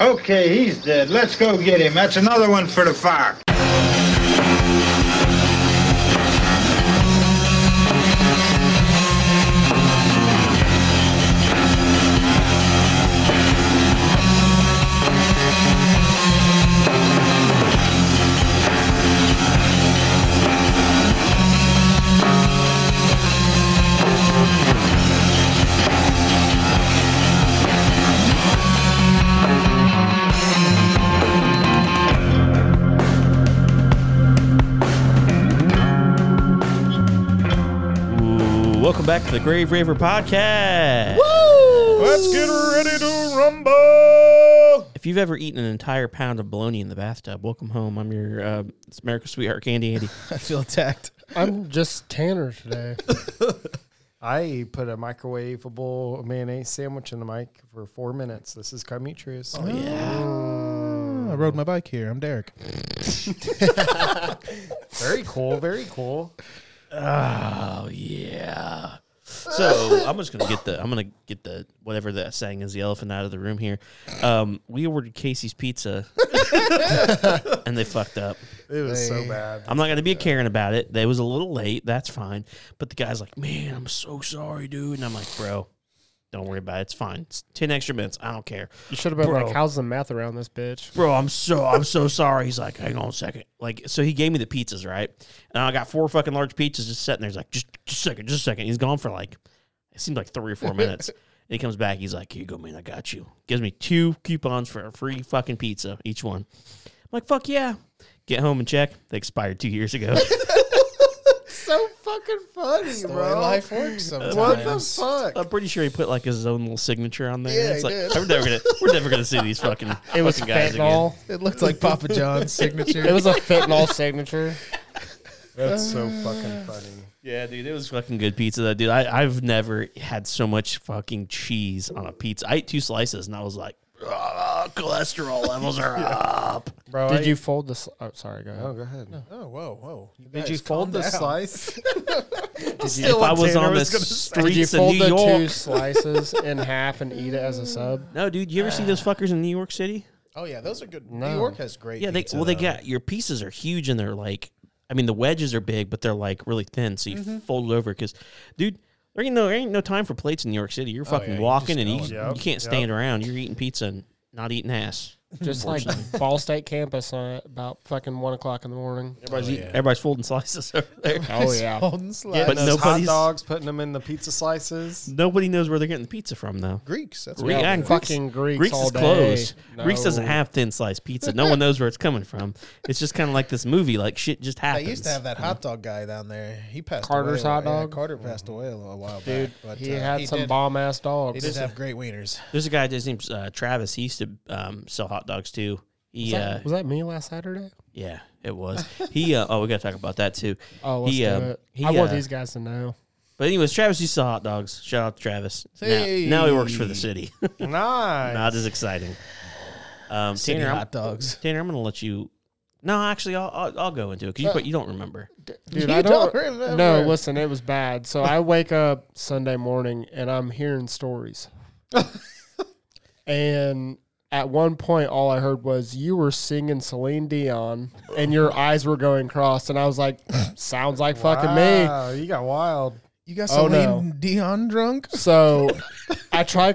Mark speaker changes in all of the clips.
Speaker 1: Okay, he's dead. Let's go get him. That's another one for the fire.
Speaker 2: Ooh, welcome back to the Grave Raver Podcast.
Speaker 3: Let's get ready to rumble.
Speaker 2: If you've ever eaten an entire pound of bologna in the bathtub, welcome home. I'm your uh, it's America's sweetheart, Candy Andy.
Speaker 4: I feel attacked.
Speaker 5: I'm just Tanner today.
Speaker 4: I put a microwavable mayonnaise sandwich in the mic for four minutes. This is Chimetrius.
Speaker 2: Oh,
Speaker 5: I rode my bike here. I'm Derek.
Speaker 4: Very cool. Very cool.
Speaker 2: Oh yeah. So I'm just gonna get the I'm gonna get the whatever that saying is the elephant out of the room here. Um, we ordered Casey's Pizza, and they fucked up.
Speaker 4: It was so
Speaker 5: Hey.
Speaker 4: bad.
Speaker 2: I'm not gonna be a Karen about it. They was a little late. That's fine. But the guy's like, "Man, I'm so sorry, dude." And I'm like, "Bro, don't worry about it. It's fine. It's ten extra minutes. I don't care,
Speaker 5: You should have been
Speaker 2: Bro.
Speaker 5: like, how's the math around this bitch?
Speaker 2: bro. I'm so I'm so sorry." He's like, "Hang on a second. Like, so he gave me the pizzas, right? And I got four fucking large pizzas just sitting there. He's like, "Just, just a second, just a second. He's gone for like, it seemed like three or four minutes. And he comes back. He's like, "Here you go, man. I got you." Gives me two coupons for a free fucking pizza each one. I'm like, "Fuck yeah." Get home and check. They expired two years ago.
Speaker 4: So fucking funny,
Speaker 3: The way
Speaker 4: bro.
Speaker 3: life works sometimes.
Speaker 4: what the fuck?
Speaker 2: I'm pretty sure he put like his own little signature on there.
Speaker 3: Yeah,
Speaker 2: it's
Speaker 3: he
Speaker 2: like
Speaker 3: did.
Speaker 2: we're never gonna we're never gonna see these fucking
Speaker 5: It was
Speaker 2: fucking guys again.
Speaker 5: fentanyl.
Speaker 3: It looked like Papa John's signature.
Speaker 5: It was a fentanyl signature.
Speaker 4: That's so fucking funny.
Speaker 2: Yeah, dude, it was fucking good pizza though, dude. I, I've never had so much fucking cheese on a pizza. I ate two slices and I was like, "Ah, cholesterol levels are up.
Speaker 4: Bro, I-
Speaker 5: Did you fold the? Sl- oh, sorry, go ahead.
Speaker 4: Oh, go ahead.
Speaker 3: oh, whoa, whoa.
Speaker 4: Did you fold the slice?
Speaker 2: if I was on the
Speaker 5: Did you
Speaker 2: streets of
Speaker 5: fold
Speaker 2: New
Speaker 5: the two
Speaker 2: York.
Speaker 5: slices in half and eat it as a sub?
Speaker 2: No, dude, you ever see those fuckers in New York City?
Speaker 3: Oh, yeah, those are good. New
Speaker 5: No.
Speaker 3: York has great
Speaker 2: Yeah, they
Speaker 3: pizza,
Speaker 2: well they
Speaker 3: though.
Speaker 2: got your pieces are huge and they're like I mean the wedges are big but they're like really thin so you fold it over because dude there ain't no there ain't no time for plates in New York City you're fucking
Speaker 3: yeah, you're
Speaker 2: walking
Speaker 3: just
Speaker 2: and Oh, you,
Speaker 3: going.
Speaker 4: Yep,
Speaker 2: you can't
Speaker 4: yep.
Speaker 2: stand around you're eating pizza and not eating ass
Speaker 5: Just like Ball State campus on it about fucking one o'clock in the morning.
Speaker 2: everybody's
Speaker 3: Oh,
Speaker 2: eating,
Speaker 3: yeah.
Speaker 2: everybody's folding slices over there
Speaker 5: Oh yeah,
Speaker 3: Golden slice.
Speaker 4: Getting
Speaker 2: But
Speaker 4: those hot
Speaker 2: nobody's-
Speaker 4: dogs, putting them in the pizza slices.
Speaker 2: nobody knows where they're getting the pizza from though
Speaker 3: Greeks. That's
Speaker 2: Greek-
Speaker 3: what
Speaker 2: yeah,
Speaker 3: it is.
Speaker 5: fucking Greeks,
Speaker 2: Greeks
Speaker 5: all
Speaker 2: is
Speaker 5: day.
Speaker 2: closed Greeks doesn't
Speaker 5: No.
Speaker 2: have thin sliced pizza no one knows where it's coming from it's just kind of like this movie like shit just
Speaker 3: I
Speaker 2: happens
Speaker 3: used to have that hot dog guy down there. He passed
Speaker 5: Carter's
Speaker 3: away.
Speaker 5: hot
Speaker 3: Yeah,
Speaker 5: dog?
Speaker 3: Carter passed away a little while
Speaker 5: Dude,
Speaker 3: back. But,
Speaker 5: he
Speaker 3: uh,
Speaker 5: had some
Speaker 3: did-
Speaker 5: bomb ass dogs.
Speaker 3: He did have great wieners.
Speaker 2: there's a guy his name's uh, Travis he used to um, sell hot dogs too he
Speaker 5: Was that-
Speaker 2: uh,
Speaker 5: was that me last Saturday?
Speaker 2: Yeah, it was. He uh, oh, we gotta talk about that too.
Speaker 5: Oh, let's
Speaker 2: He,
Speaker 5: do
Speaker 2: um,
Speaker 5: it.
Speaker 2: he,
Speaker 5: I want
Speaker 2: uh,
Speaker 5: these guys to know.
Speaker 2: But anyways, Travis used to sell hot dogs. Shout out to Travis. Now-
Speaker 3: Hey.
Speaker 2: Now, he works for the city.
Speaker 4: Nice.
Speaker 2: Not as exciting. Um,
Speaker 3: City
Speaker 2: Tanner, I'm,
Speaker 3: hot dogs.
Speaker 2: Tanner, I'm gonna let you. No, actually, I'll I'll, I'll go into it
Speaker 5: Uh,
Speaker 2: because you quit- you don't remember.
Speaker 5: Dude,
Speaker 3: You
Speaker 5: I don't,
Speaker 3: don't remember.
Speaker 5: No, listen, it was bad. So I wake up Sunday morning and I'm hearing stories. and at one point, all I heard was you were singing Celine Dion and your eyes were going crossed. And I was like, sounds like fucking me.
Speaker 4: Wow, you got wild.
Speaker 3: You got
Speaker 5: Oh,
Speaker 3: Celine
Speaker 5: no.
Speaker 3: Dion drunk?
Speaker 5: So I try.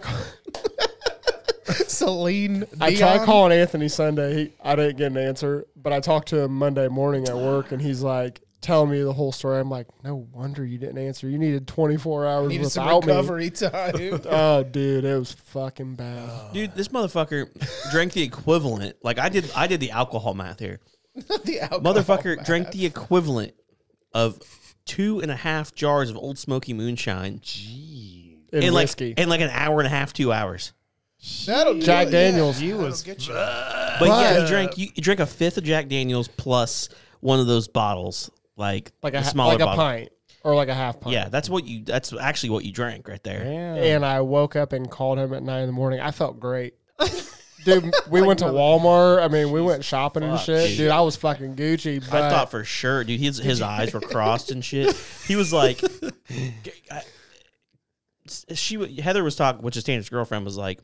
Speaker 3: Celine Dion.
Speaker 5: I tried calling Anthony Sunday. He, I didn't get an answer, but I talked to him Monday morning at work, and he's like telling me the whole story. I'm like, no wonder you didn't answer. You needed 24 hours
Speaker 3: Needed some
Speaker 5: without me.
Speaker 3: recovery time.
Speaker 5: Oh, dude, it was fucking bad.
Speaker 2: Dude, this motherfucker drank the equivalent. Like I did, I did the alcohol math here.
Speaker 3: the alcohol.
Speaker 2: Motherfucker drank the equivalent of two and a half jars of Old Smoky moonshine
Speaker 5: In
Speaker 2: in like
Speaker 5: whiskey,
Speaker 2: in like an hour and a half, two hours.
Speaker 3: That'll do
Speaker 5: Jack
Speaker 3: it,
Speaker 5: Daniels.
Speaker 3: Yeah. He was get you.
Speaker 2: But yeah, you
Speaker 3: But-
Speaker 2: drank you, you drank a fifth of Jack Daniels plus one of those bottles, like
Speaker 5: like
Speaker 2: the
Speaker 5: a ha-
Speaker 2: smaller
Speaker 5: like a
Speaker 2: bottle.
Speaker 5: pint or like a half pint.
Speaker 2: Yeah, that's what you. That's actually what you drank right there.
Speaker 5: And I woke up and called him at nine in the morning. I felt great. Dude, we went to Walmart. I mean, we went shopping and
Speaker 2: fuck,
Speaker 5: shit.
Speaker 2: dude.
Speaker 5: Dude. I was fucking Gucci. But
Speaker 2: I thought for sure, dude. His his eyes were crossed and shit. He was like, I, she wa- Heather was talking, which is Tanner's girlfriend was like,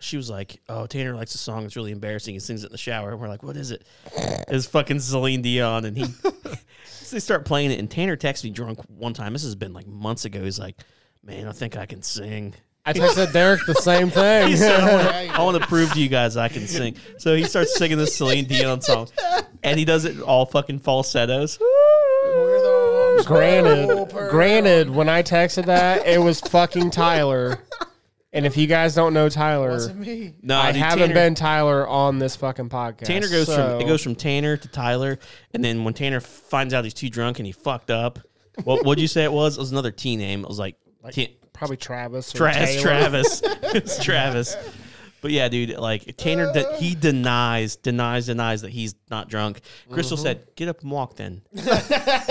Speaker 2: she was like, "Oh, Tanner likes a song that's really embarrassing. He sings it in the shower." And we're like, "What is it?" It's fucking Celine Dion, and he so they start playing it. And Tanner texts me drunk one time. This has been like months ago. He's like, "Man, I think I can sing."
Speaker 5: I texted Derek the same thing.
Speaker 2: He said, I want, to, I want to prove to you guys I can sing. So he starts singing this Celine Dion song, and he does it in all fucking falsettos.
Speaker 3: We're the ones
Speaker 5: granted,
Speaker 3: who
Speaker 5: granted, when I texted that, it was fucking Tyler. And if you guys don't know Tyler,
Speaker 3: Wasn't me.
Speaker 2: No,
Speaker 5: I
Speaker 2: dude,
Speaker 5: haven't
Speaker 2: Tanner-
Speaker 5: been Tyler on this fucking podcast.
Speaker 2: Tanner goes
Speaker 5: so-
Speaker 2: from it goes from Tanner to Tyler, and then when Tanner finds out he's too drunk and he fucked up, what would you say it was? It was another T name. It was like, Tan-
Speaker 5: probably Travis. Or
Speaker 2: Travis.
Speaker 5: Taylor.
Speaker 2: Travis. it's Travis. But yeah, dude, like Tanner, de- he denies, denies, denies that he's not drunk.
Speaker 5: Mm-hmm.
Speaker 2: Crystal said, "Get up and walk." Then he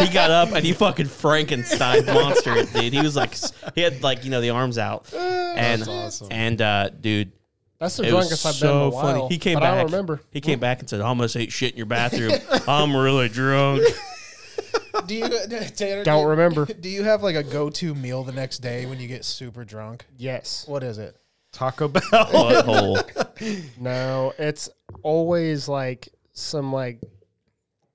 Speaker 2: got up and he fucking Frankenstein monster it, dude. He was like, s- he had like you know the arms out, and and uh, dude,
Speaker 5: That's the
Speaker 2: it was
Speaker 5: drunkest I've been in a
Speaker 2: so
Speaker 5: while.
Speaker 2: funny. He came
Speaker 5: but
Speaker 2: back.
Speaker 5: I don't remember.
Speaker 2: He came back and said, "I almost ate shit in your bathroom. I'm really drunk."
Speaker 3: Do you, Tanner? do
Speaker 5: Don't
Speaker 3: you-
Speaker 5: remember.
Speaker 3: Do you have like a go-to meal the next day when you get super drunk?
Speaker 5: Yes.
Speaker 3: What is it?
Speaker 4: Taco Bell.
Speaker 2: Butthole.
Speaker 5: No, it's always like some like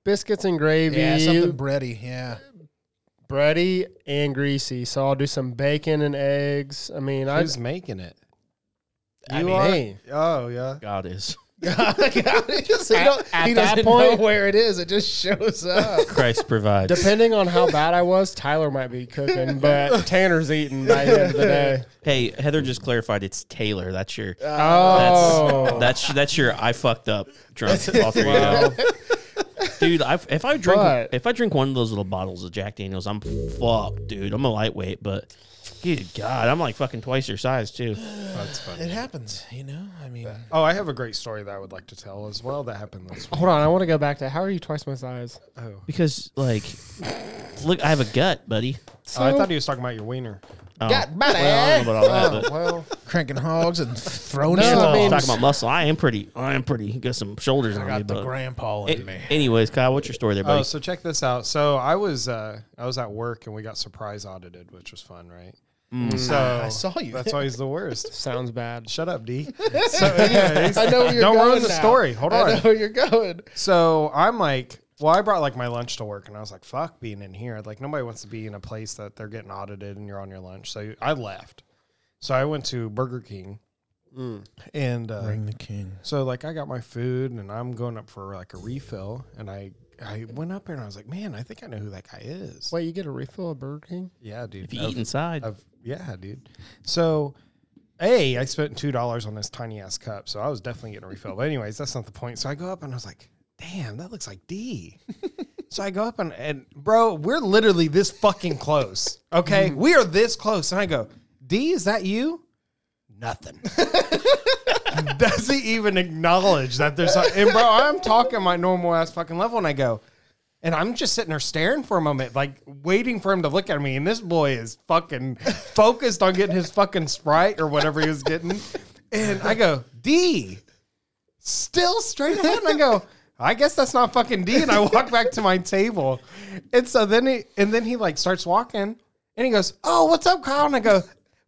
Speaker 5: biscuits and gravy,
Speaker 3: Yeah, something bready. Yeah,
Speaker 5: bready and greasy. So I'll do some bacon and eggs. I mean, I
Speaker 4: Who's making it?
Speaker 5: you
Speaker 3: I mean,
Speaker 5: are
Speaker 3: hey.
Speaker 4: Oh yeah.
Speaker 2: God is
Speaker 3: he doesn't,
Speaker 5: At-
Speaker 3: know,
Speaker 5: at
Speaker 3: he
Speaker 5: that
Speaker 3: doesn't
Speaker 5: point-
Speaker 3: know where it is. It just shows up.
Speaker 2: Christ provides.
Speaker 5: depending on how bad I was. Tyler might be cooking, but Tanner's eating by the end of the day.
Speaker 2: Hey, Heather just clarified. It's Taylor. That's your.
Speaker 5: Oh,
Speaker 2: That's that's your I fucked up drunk. All three
Speaker 5: Wow.
Speaker 2: dude. I, if I drink
Speaker 5: But-
Speaker 2: if I drink one of those little bottles of Jack Daniels, I'm fucked, dude. I'm a lightweight, but good God, I'm like fucking twice your size too.
Speaker 4: That's funny.
Speaker 3: it happens, you know. I mean,
Speaker 4: Oh, I have a great story that I would like to tell as well that happened this week.
Speaker 5: hold on. I want to go back to how are you twice my size?
Speaker 2: Oh, Because like, look, I have a gut, buddy.
Speaker 4: Oh, I thought he was talking about your wiener. Oh,
Speaker 2: Oh,
Speaker 3: got money.
Speaker 2: well, I don't know about
Speaker 3: oh,
Speaker 2: all that, but-
Speaker 4: Well,
Speaker 3: cranking hogs and throwing
Speaker 5: No,
Speaker 3: shit.
Speaker 5: I
Speaker 2: Oh,
Speaker 5: mean-
Speaker 2: talking about muscle, I am pretty. I am pretty. Got some shoulders on
Speaker 3: I
Speaker 2: me,
Speaker 3: got the
Speaker 2: but.
Speaker 3: grandpa
Speaker 2: A-
Speaker 3: in me.
Speaker 2: anyways, Kyle, what's your story there, buddy?
Speaker 4: oh, so check this out. So I was uh, I was at work and we got surprise audited, which was fun, right? So
Speaker 3: Ah, I saw you.
Speaker 4: That's always the worst.
Speaker 5: Sounds bad.
Speaker 4: Shut up, D. So, anyways,
Speaker 3: I know where you're
Speaker 4: don't
Speaker 3: going
Speaker 4: ruin the
Speaker 3: now.
Speaker 4: story. Hold
Speaker 3: I
Speaker 4: on.
Speaker 3: know where you're going.
Speaker 4: So I'm like, well, I brought like my lunch to work, and I was like, fuck being in here. Like nobody wants to be in a place that they're getting audited and you're on your lunch. So I left. So I went to Burger King, and uh,
Speaker 3: the king.
Speaker 4: so like I got my food, and I'm going up for like a refill, and I I went up there and I was like, man, I think I know who that guy is.
Speaker 5: Wait, you get a refill of Burger King?
Speaker 4: yeah, dude.
Speaker 2: if you
Speaker 4: Of-
Speaker 2: eat inside,
Speaker 4: of yeah, dude. So, a I spent two dollars on this tiny ass cup, so I was definitely getting a refill. But anyways, that's not the point. So I go up and I was like, "Damn, that looks like D." so I go up and and bro, we're literally this fucking close. Okay, we are this close, and I go, "D, is that you?" Nothing. Doesn't even acknowledge that there's. A, and bro, I'm talking my normal ass fucking level, and I go. And I'm just sitting there staring for a moment, like waiting for him to look at me. And this boy is fucking focused on getting his fucking Sprite or whatever he was getting. And I go, D, still straight ahead. And I go, I guess that's not fucking D. And I walk back to my table. And so then he, and then he like starts walking and he goes, Oh, what's up, Kyle? And I go,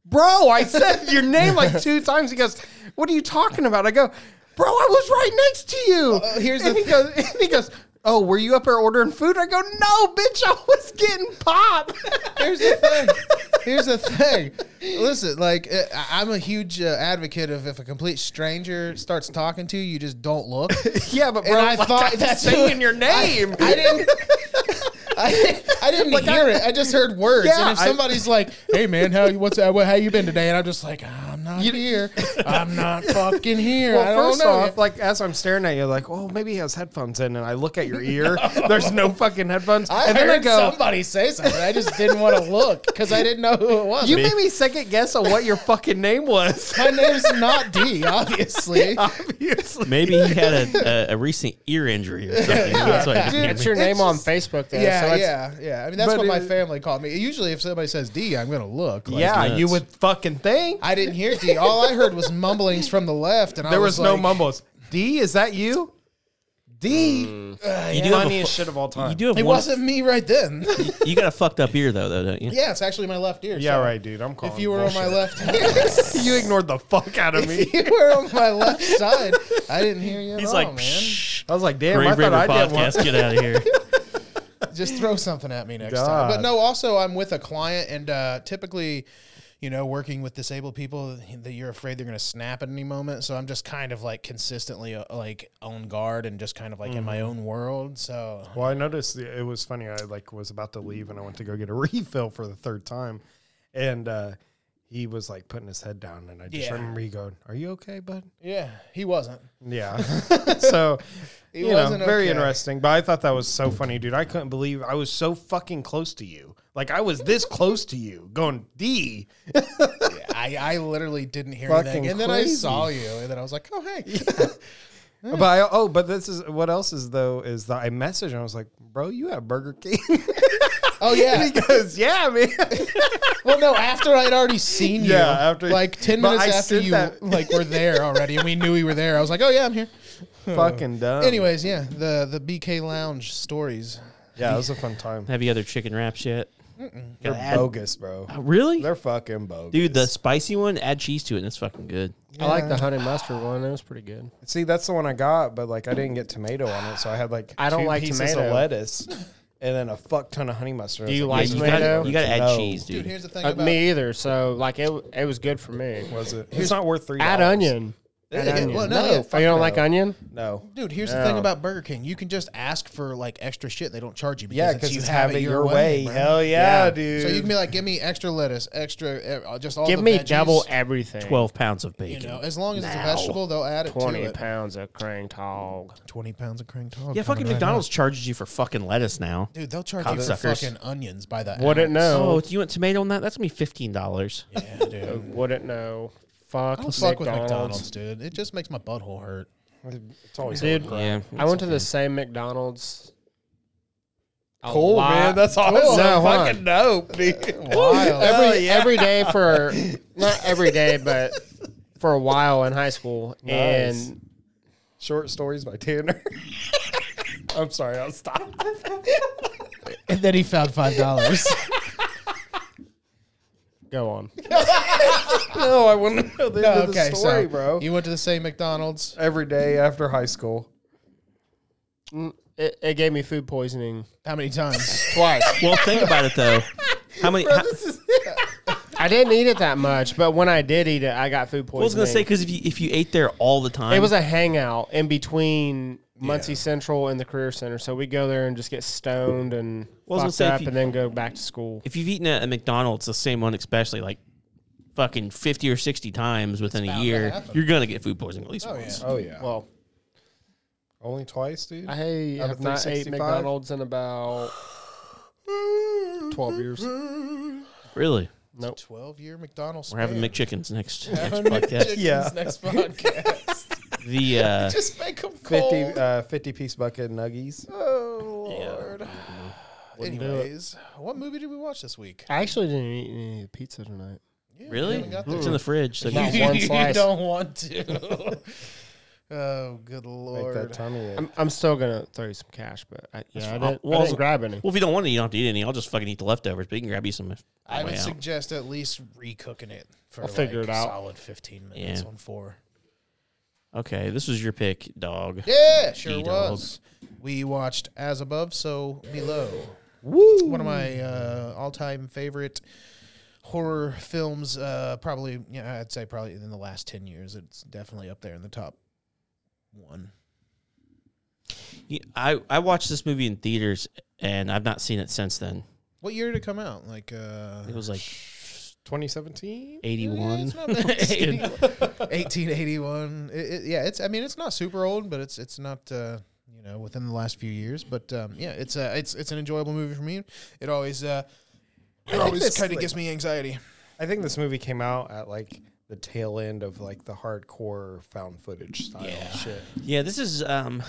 Speaker 4: Bro, I said your name like two times. He goes, What are you talking about? I go, Bro, I was right next to you.
Speaker 3: Uh, here's
Speaker 4: and
Speaker 3: the
Speaker 4: he goes, and he goes, Oh, were you up there ordering food? I go, No, bitch, I was getting pop.
Speaker 3: Here's the thing. Here's the thing. Listen, like uh, I- I'm a huge uh, advocate of if a complete stranger starts talking to you, you just don't look.
Speaker 4: yeah, but bro,
Speaker 3: And I
Speaker 4: like,
Speaker 3: thought
Speaker 4: I'm
Speaker 3: that's
Speaker 4: saying
Speaker 3: what-
Speaker 4: your name.
Speaker 3: I didn't. I, I didn't hear it. I just heard words.
Speaker 4: Yeah,
Speaker 3: and if
Speaker 4: I-
Speaker 3: somebody's like, "Hey man, how you what's that? What, how you been today?" and I'm just like, "I'm not here. I'm not fucking here. I
Speaker 4: Well,
Speaker 3: don't
Speaker 4: first
Speaker 3: know."
Speaker 4: off, like as I'm staring at you, like, oh, maybe he has headphones in, and I look at your ear. There's no fucking headphones,
Speaker 3: I
Speaker 4: and
Speaker 3: heard
Speaker 4: then I go,
Speaker 3: somebody say something. I just didn't want to look because I didn't know who it was.
Speaker 4: "You made me second guess on what your fucking name was."
Speaker 3: My name's not D, obviously.
Speaker 4: Obviously,
Speaker 2: maybe he had a, a, a recent ear injury or something. That's why he didn't
Speaker 5: It's
Speaker 2: hear
Speaker 5: your
Speaker 2: me.
Speaker 5: name on Facebook, though.
Speaker 3: Yeah,
Speaker 5: so it's-
Speaker 3: yeah, yeah. I mean, that's
Speaker 4: But
Speaker 3: what my
Speaker 4: it-
Speaker 3: family called me. Usually, if somebody says D, I'm going to look. Like,
Speaker 4: yeah,
Speaker 2: nuts.
Speaker 4: you would fucking think
Speaker 3: I didn't hear D. All I heard was mumblings from the left, and I
Speaker 4: there
Speaker 3: was,
Speaker 4: was no
Speaker 3: like,
Speaker 4: mumbles. D, is that you?
Speaker 3: D.
Speaker 4: Mm.
Speaker 2: You do have a
Speaker 4: Funniest
Speaker 2: fu-
Speaker 4: shit of all time.
Speaker 2: You do have
Speaker 3: It
Speaker 2: one.
Speaker 3: wasn't me right then.
Speaker 2: You got a fucked up ear though, though, don't you?
Speaker 3: yeah, it's actually my left ear.
Speaker 4: Yeah,
Speaker 3: so
Speaker 4: right, dude. I'm calling.
Speaker 3: If you were on my
Speaker 4: bullshit.
Speaker 3: left, if
Speaker 4: you ignored the fuck out of me.
Speaker 3: you were on my left side, I didn't hear you at
Speaker 2: He's
Speaker 3: all,
Speaker 2: like,
Speaker 3: man.
Speaker 2: Psh,
Speaker 4: I was like, damn, I
Speaker 2: Grave
Speaker 4: thought
Speaker 2: River
Speaker 4: I did one.
Speaker 2: podcast, get out of here.
Speaker 3: just throw something at me next time. But
Speaker 4: God.
Speaker 3: no, also I'm with a client, and uh, typically, you know, working with disabled people, that you're afraid they're going to snap at any moment. So I'm just kind of like consistently uh, like on guard and just kind of like in
Speaker 4: Mm-hmm.
Speaker 3: my own world. So
Speaker 4: Well, I noticed the- it was funny. I like was about to leave and I went to go get a refill for the third time, and uh, he was like putting his head down, and I just
Speaker 3: Yeah.
Speaker 4: remember he going, "Are you okay, bud?"
Speaker 3: yeah, he wasn't.
Speaker 4: Yeah. so
Speaker 3: He
Speaker 4: you know,
Speaker 3: wasn't
Speaker 4: very
Speaker 3: okay.
Speaker 4: interesting. But I thought that was so funny, dude. I couldn't believe I was so fucking close to you. Like I was this close to you, going D.
Speaker 3: I, I literally didn't hear
Speaker 4: Fucking
Speaker 3: anything, and then I
Speaker 4: crazy.
Speaker 3: saw you, and then I was like, oh hey,
Speaker 4: But I, oh, but this is what else is though is that I messaged and I was like, "Bro, you have Burger King?"
Speaker 3: oh
Speaker 4: and he
Speaker 3: yeah.
Speaker 4: goes, "Yeah, man."
Speaker 3: Well, no, after I'd already seen you,
Speaker 4: Yeah, after-
Speaker 3: like ten
Speaker 4: but
Speaker 3: minutes
Speaker 4: I
Speaker 3: after
Speaker 4: sent
Speaker 3: you
Speaker 4: that-
Speaker 3: like were there already, and we knew we were there. I was like, oh yeah, I'm here.
Speaker 4: fucking dumb.
Speaker 3: Anyways, yeah, the the BK Lounge stories.
Speaker 4: yeah, it was a fun time.
Speaker 2: Have you other chicken wraps yet?
Speaker 4: They're
Speaker 2: Gotta add-
Speaker 4: bogus, bro.
Speaker 2: Oh, Really?
Speaker 4: They're fucking bogus.
Speaker 2: Dude, the spicy one, add cheese to it, and it's fucking good.
Speaker 5: I like the honey mustard one. It was pretty good.
Speaker 4: See, that's the one I got, but like I didn't get tomato on it, so I had like
Speaker 5: I don't
Speaker 4: two
Speaker 5: like
Speaker 4: pieces
Speaker 5: tomato.
Speaker 4: of lettuce and then a fuck ton of honey mustard.
Speaker 5: Do you
Speaker 4: I was
Speaker 5: like
Speaker 2: you,
Speaker 4: "This is
Speaker 5: tomato?
Speaker 2: gotta,
Speaker 4: good."
Speaker 2: you gotta add
Speaker 4: No.
Speaker 2: cheese, dude.
Speaker 3: Dude, here's the thing
Speaker 5: Uh,
Speaker 3: about
Speaker 5: me either. So like it, it was good for me.
Speaker 4: Was it? It's not worth three.
Speaker 5: Add
Speaker 4: dollars.
Speaker 5: onion. Add
Speaker 3: Yeah,
Speaker 5: onion.
Speaker 3: well, no,
Speaker 5: no,
Speaker 3: yeah,
Speaker 5: Oh, you
Speaker 3: fuck
Speaker 5: don't like onion?
Speaker 4: No.
Speaker 3: Dude, here's the thing
Speaker 4: No.
Speaker 3: about Burger King. You can just ask for like extra shit. They don't charge you because
Speaker 4: Yeah,
Speaker 3: it's,
Speaker 4: because
Speaker 3: you
Speaker 4: you have it your way.
Speaker 3: bro.
Speaker 4: Hell yeah,
Speaker 5: Yeah.
Speaker 4: dude.
Speaker 3: So you can be like, give me extra lettuce, extra, uh, just all
Speaker 5: Give
Speaker 3: the
Speaker 5: me
Speaker 3: veggies.
Speaker 5: double everything.
Speaker 2: 12 pounds of
Speaker 3: You
Speaker 2: bacon.
Speaker 3: know, as long as it's a
Speaker 2: Now.
Speaker 3: vegetable, they'll add it to
Speaker 5: Twenty
Speaker 3: it.
Speaker 5: pounds of crank dog.
Speaker 3: Twenty pounds of crank dog.
Speaker 2: yeah, fucking
Speaker 3: coming right
Speaker 2: McDonald's charges you for fucking lettuce now.
Speaker 3: now. Dude, they'll charge you for
Speaker 2: Cocksuckers.
Speaker 3: fucking onions by the.
Speaker 5: Wouldn't
Speaker 3: ounce.
Speaker 5: know.
Speaker 2: Oh, do you want tomato on that? That's gonna be $15.
Speaker 3: Yeah, dude.
Speaker 5: Wouldn't know. Fuck,
Speaker 3: I don't fuck with
Speaker 5: McDonald's.
Speaker 3: McDonald's, dude. It just makes my butthole hurt.
Speaker 4: it's always
Speaker 5: Dude,
Speaker 2: Yeah.
Speaker 5: I went to the same McDonald's. a
Speaker 4: cool,
Speaker 5: lot-
Speaker 4: man. That's awesome.
Speaker 5: No, hold on.
Speaker 4: fucking dope, dude.
Speaker 3: Wild.
Speaker 5: every every day for not every day, but for a while in high school.
Speaker 4: Nice.
Speaker 5: And
Speaker 4: Short stories by Tanner. I'm sorry, I'll stop.
Speaker 3: and then he found five dollars.
Speaker 5: go on.
Speaker 4: No, I want to know the end of the
Speaker 3: okay,
Speaker 4: story,
Speaker 3: so
Speaker 4: bro.
Speaker 3: you went to the same McDonald's.
Speaker 4: Every day after high school.
Speaker 5: It, it gave me food poisoning
Speaker 3: How many times?
Speaker 5: twice.
Speaker 2: Well, think about it though. How many? how-
Speaker 5: I didn't eat it that much, but when I did eat it, I got food poisoning.
Speaker 2: I was gonna say because if you if you ate there all the time,
Speaker 5: it was a hangout in between Muncie Central and the Career Center, so we go there and just get stoned and
Speaker 2: Well, I was gonna
Speaker 5: fucked
Speaker 2: say, if
Speaker 5: up,
Speaker 2: you-
Speaker 5: and then go back to school.
Speaker 2: if you've eaten at a McDonald's, the same one especially, like fucking fifty or sixty times within a
Speaker 3: bound to
Speaker 2: year,
Speaker 3: happen.
Speaker 2: you're gonna get food poisoning at least once.
Speaker 4: Oh yeah.
Speaker 5: Well,
Speaker 4: Only twice, dude.
Speaker 5: I have not ate
Speaker 4: 365?
Speaker 5: McDonald's in about
Speaker 4: Mm-hmm.
Speaker 5: twelve years.
Speaker 2: Really,
Speaker 3: Twelve year McDonald's.
Speaker 2: we're having
Speaker 3: span.
Speaker 2: McChickens next, next
Speaker 3: Having
Speaker 2: podcast.
Speaker 3: McChickens
Speaker 4: Yeah.
Speaker 3: Next podcast.
Speaker 2: The uh,
Speaker 3: Just make them cold.
Speaker 4: 50, uh, 50 piece bucket nuggies.
Speaker 3: Oh
Speaker 2: Yeah.
Speaker 3: lord.
Speaker 5: do it.
Speaker 3: Anyways, what movie did we watch this week?
Speaker 5: I actually didn't eat any pizza tonight.
Speaker 3: Yeah, we
Speaker 2: really,
Speaker 3: haven't got there
Speaker 2: it's
Speaker 3: yet.
Speaker 2: in the fridge. So
Speaker 5: Not
Speaker 2: you-
Speaker 5: one slice.
Speaker 3: You don't want to. oh, good
Speaker 4: Make that
Speaker 3: lord.
Speaker 4: tummy ache.
Speaker 5: I'm, I'm still gonna throw you some cash, but I, yeah, I
Speaker 2: fine.
Speaker 5: didn't,
Speaker 2: Well,
Speaker 5: I didn't grab any.
Speaker 2: well, if you don't want it, you don't have to eat any. I'll just fucking eat the leftovers, but you can grab you some. on the
Speaker 3: I
Speaker 2: way
Speaker 3: would
Speaker 2: out.
Speaker 3: suggest at least recooking it for
Speaker 5: I'll figure
Speaker 3: like
Speaker 5: it out.
Speaker 3: solid 15 minutes
Speaker 2: Yeah.
Speaker 3: on four.
Speaker 2: okay, this was your pick, dog.
Speaker 3: Yeah, sure
Speaker 2: E-Dog.
Speaker 3: was. We watched As Above, So Below. One of my uh, all-time favorite horror films. Uh, probably, yeah, I'd say probably in the last ten years, it's definitely up there in the top one.
Speaker 2: Yeah, I I watched this movie in theaters, and I've not seen it since then.
Speaker 3: What year did it come out? Like, uh,
Speaker 2: It was like
Speaker 4: 2017?
Speaker 2: eighty
Speaker 3: Yeah,
Speaker 2: one.
Speaker 3: it's not bad. 1881. It- it- yeah, it's. I mean, it's not super old, but it's it's not. Uh, you know, within the last few years, but um, yeah, it's uh, it's it's an enjoyable movie for me. It always uh, it always
Speaker 4: this,
Speaker 3: kind of
Speaker 4: like-
Speaker 3: gives me anxiety.
Speaker 4: I think this movie came out at like the tail end of like the hardcore found footage style shit.
Speaker 2: Yeah, this is um,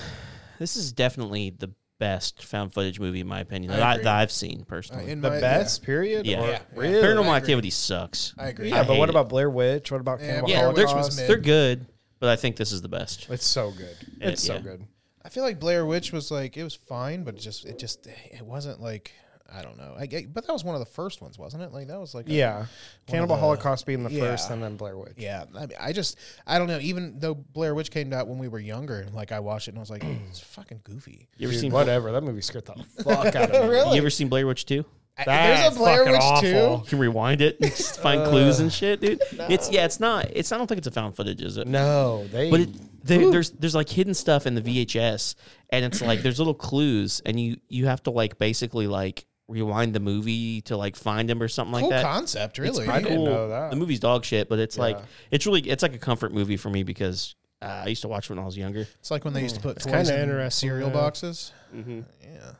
Speaker 2: this is definitely the best found footage movie in my opinion
Speaker 3: I
Speaker 2: that, I,
Speaker 3: agree. Uh,
Speaker 2: that I've seen personally.
Speaker 3: In
Speaker 4: The
Speaker 3: my-
Speaker 4: best period?
Speaker 2: yeah,
Speaker 4: Or-
Speaker 2: Yeah.
Speaker 4: Really?
Speaker 2: Paranormal
Speaker 3: I agree.
Speaker 2: Activity sucks.
Speaker 3: I agree.
Speaker 4: Yeah, but
Speaker 2: hate
Speaker 4: what
Speaker 2: it.
Speaker 4: about Blair Witch? What about
Speaker 3: Yeah,
Speaker 4: Cannibal
Speaker 3: Blair Witch was
Speaker 4: Holocaust?
Speaker 3: mid.
Speaker 2: They're good, but I think this is the best.
Speaker 4: It's so good. It's so
Speaker 2: yeah.
Speaker 4: good.
Speaker 3: I feel like Blair Witch was like it was fine, but it just it just it wasn't like I don't know. I get, but that was one of the first ones, wasn't it? Like that was like a-
Speaker 4: Yeah, Cannibal
Speaker 3: the-
Speaker 4: Holocaust being the first,
Speaker 3: Yeah.
Speaker 4: and then Blair Witch.
Speaker 3: yeah. I, mean, I just I don't know. Even though Blair Witch came out when we were younger, like I watched it and I was like, it's fucking goofy.
Speaker 2: You ever
Speaker 4: Dude,
Speaker 2: seen
Speaker 4: whatever. That movie scared the fuck out of me.
Speaker 2: You ever seen Blair Witch 2?
Speaker 3: I-
Speaker 4: That's fucking awful.
Speaker 2: You can rewind it and just find
Speaker 3: Uh,
Speaker 2: clues and shit, dude. It's yeah, it's not. It's I don't think it's a found footage, is it?
Speaker 4: No, they.
Speaker 2: But it, there, there's there's like hidden stuff in the VHS, and it's like there's little clues, and you you have to like basically like rewind the movie to like find them or something
Speaker 3: Cool
Speaker 2: like that.
Speaker 3: concept, really.
Speaker 4: pretty I didn't know that.
Speaker 2: The movie's dog shit, but it's like
Speaker 4: Yeah.
Speaker 2: it's really it's like a comfort movie for me because uh, I used to watch it when I was younger.
Speaker 3: Mm. It's like when they used to put toys
Speaker 5: kinda
Speaker 3: in
Speaker 5: interesting,
Speaker 3: cereal
Speaker 5: yeah.
Speaker 3: boxes.
Speaker 2: Mm-hmm.
Speaker 3: Yeah,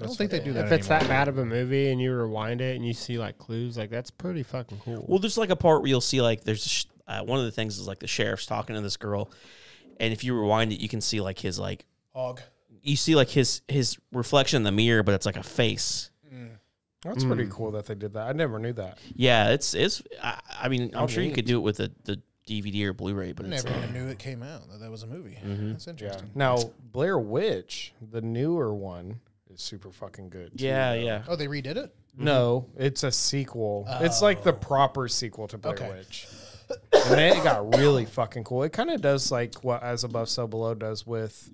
Speaker 3: I don't think they do that.
Speaker 5: If it's
Speaker 3: anymore.
Speaker 5: that bad of a movie and you rewind it and you see like clues, like that's pretty fucking cool.
Speaker 2: Well, there's like a part where you'll see like there's sh- uh, one of the things is like the sheriff's talking to this girl, and if you rewind it, you can see like his like
Speaker 3: hog.
Speaker 2: you see like his his reflection in the mirror, but it's like a face.
Speaker 4: That's pretty
Speaker 2: Mm.
Speaker 4: cool that they did that. I never knew that.
Speaker 2: Yeah, it's it's. I, I mean, I'm sure you could do it with the the DVD or Blu-ray, but it's
Speaker 3: Never
Speaker 2: like,
Speaker 3: even knew it came out that that was a movie. That's
Speaker 4: Yeah.
Speaker 3: interesting.
Speaker 4: Now Blair Witch, the newer one, is super fucking good. too,
Speaker 2: yeah,
Speaker 4: though.
Speaker 2: yeah.
Speaker 3: Oh, they redid it.
Speaker 4: Mm-hmm. No, it's a sequel. It's like
Speaker 2: Oh.
Speaker 4: the proper sequel to Blair
Speaker 3: Okay.
Speaker 4: Witch. And then it got really fucking cool. It kind of does like what As Above, So Below does with,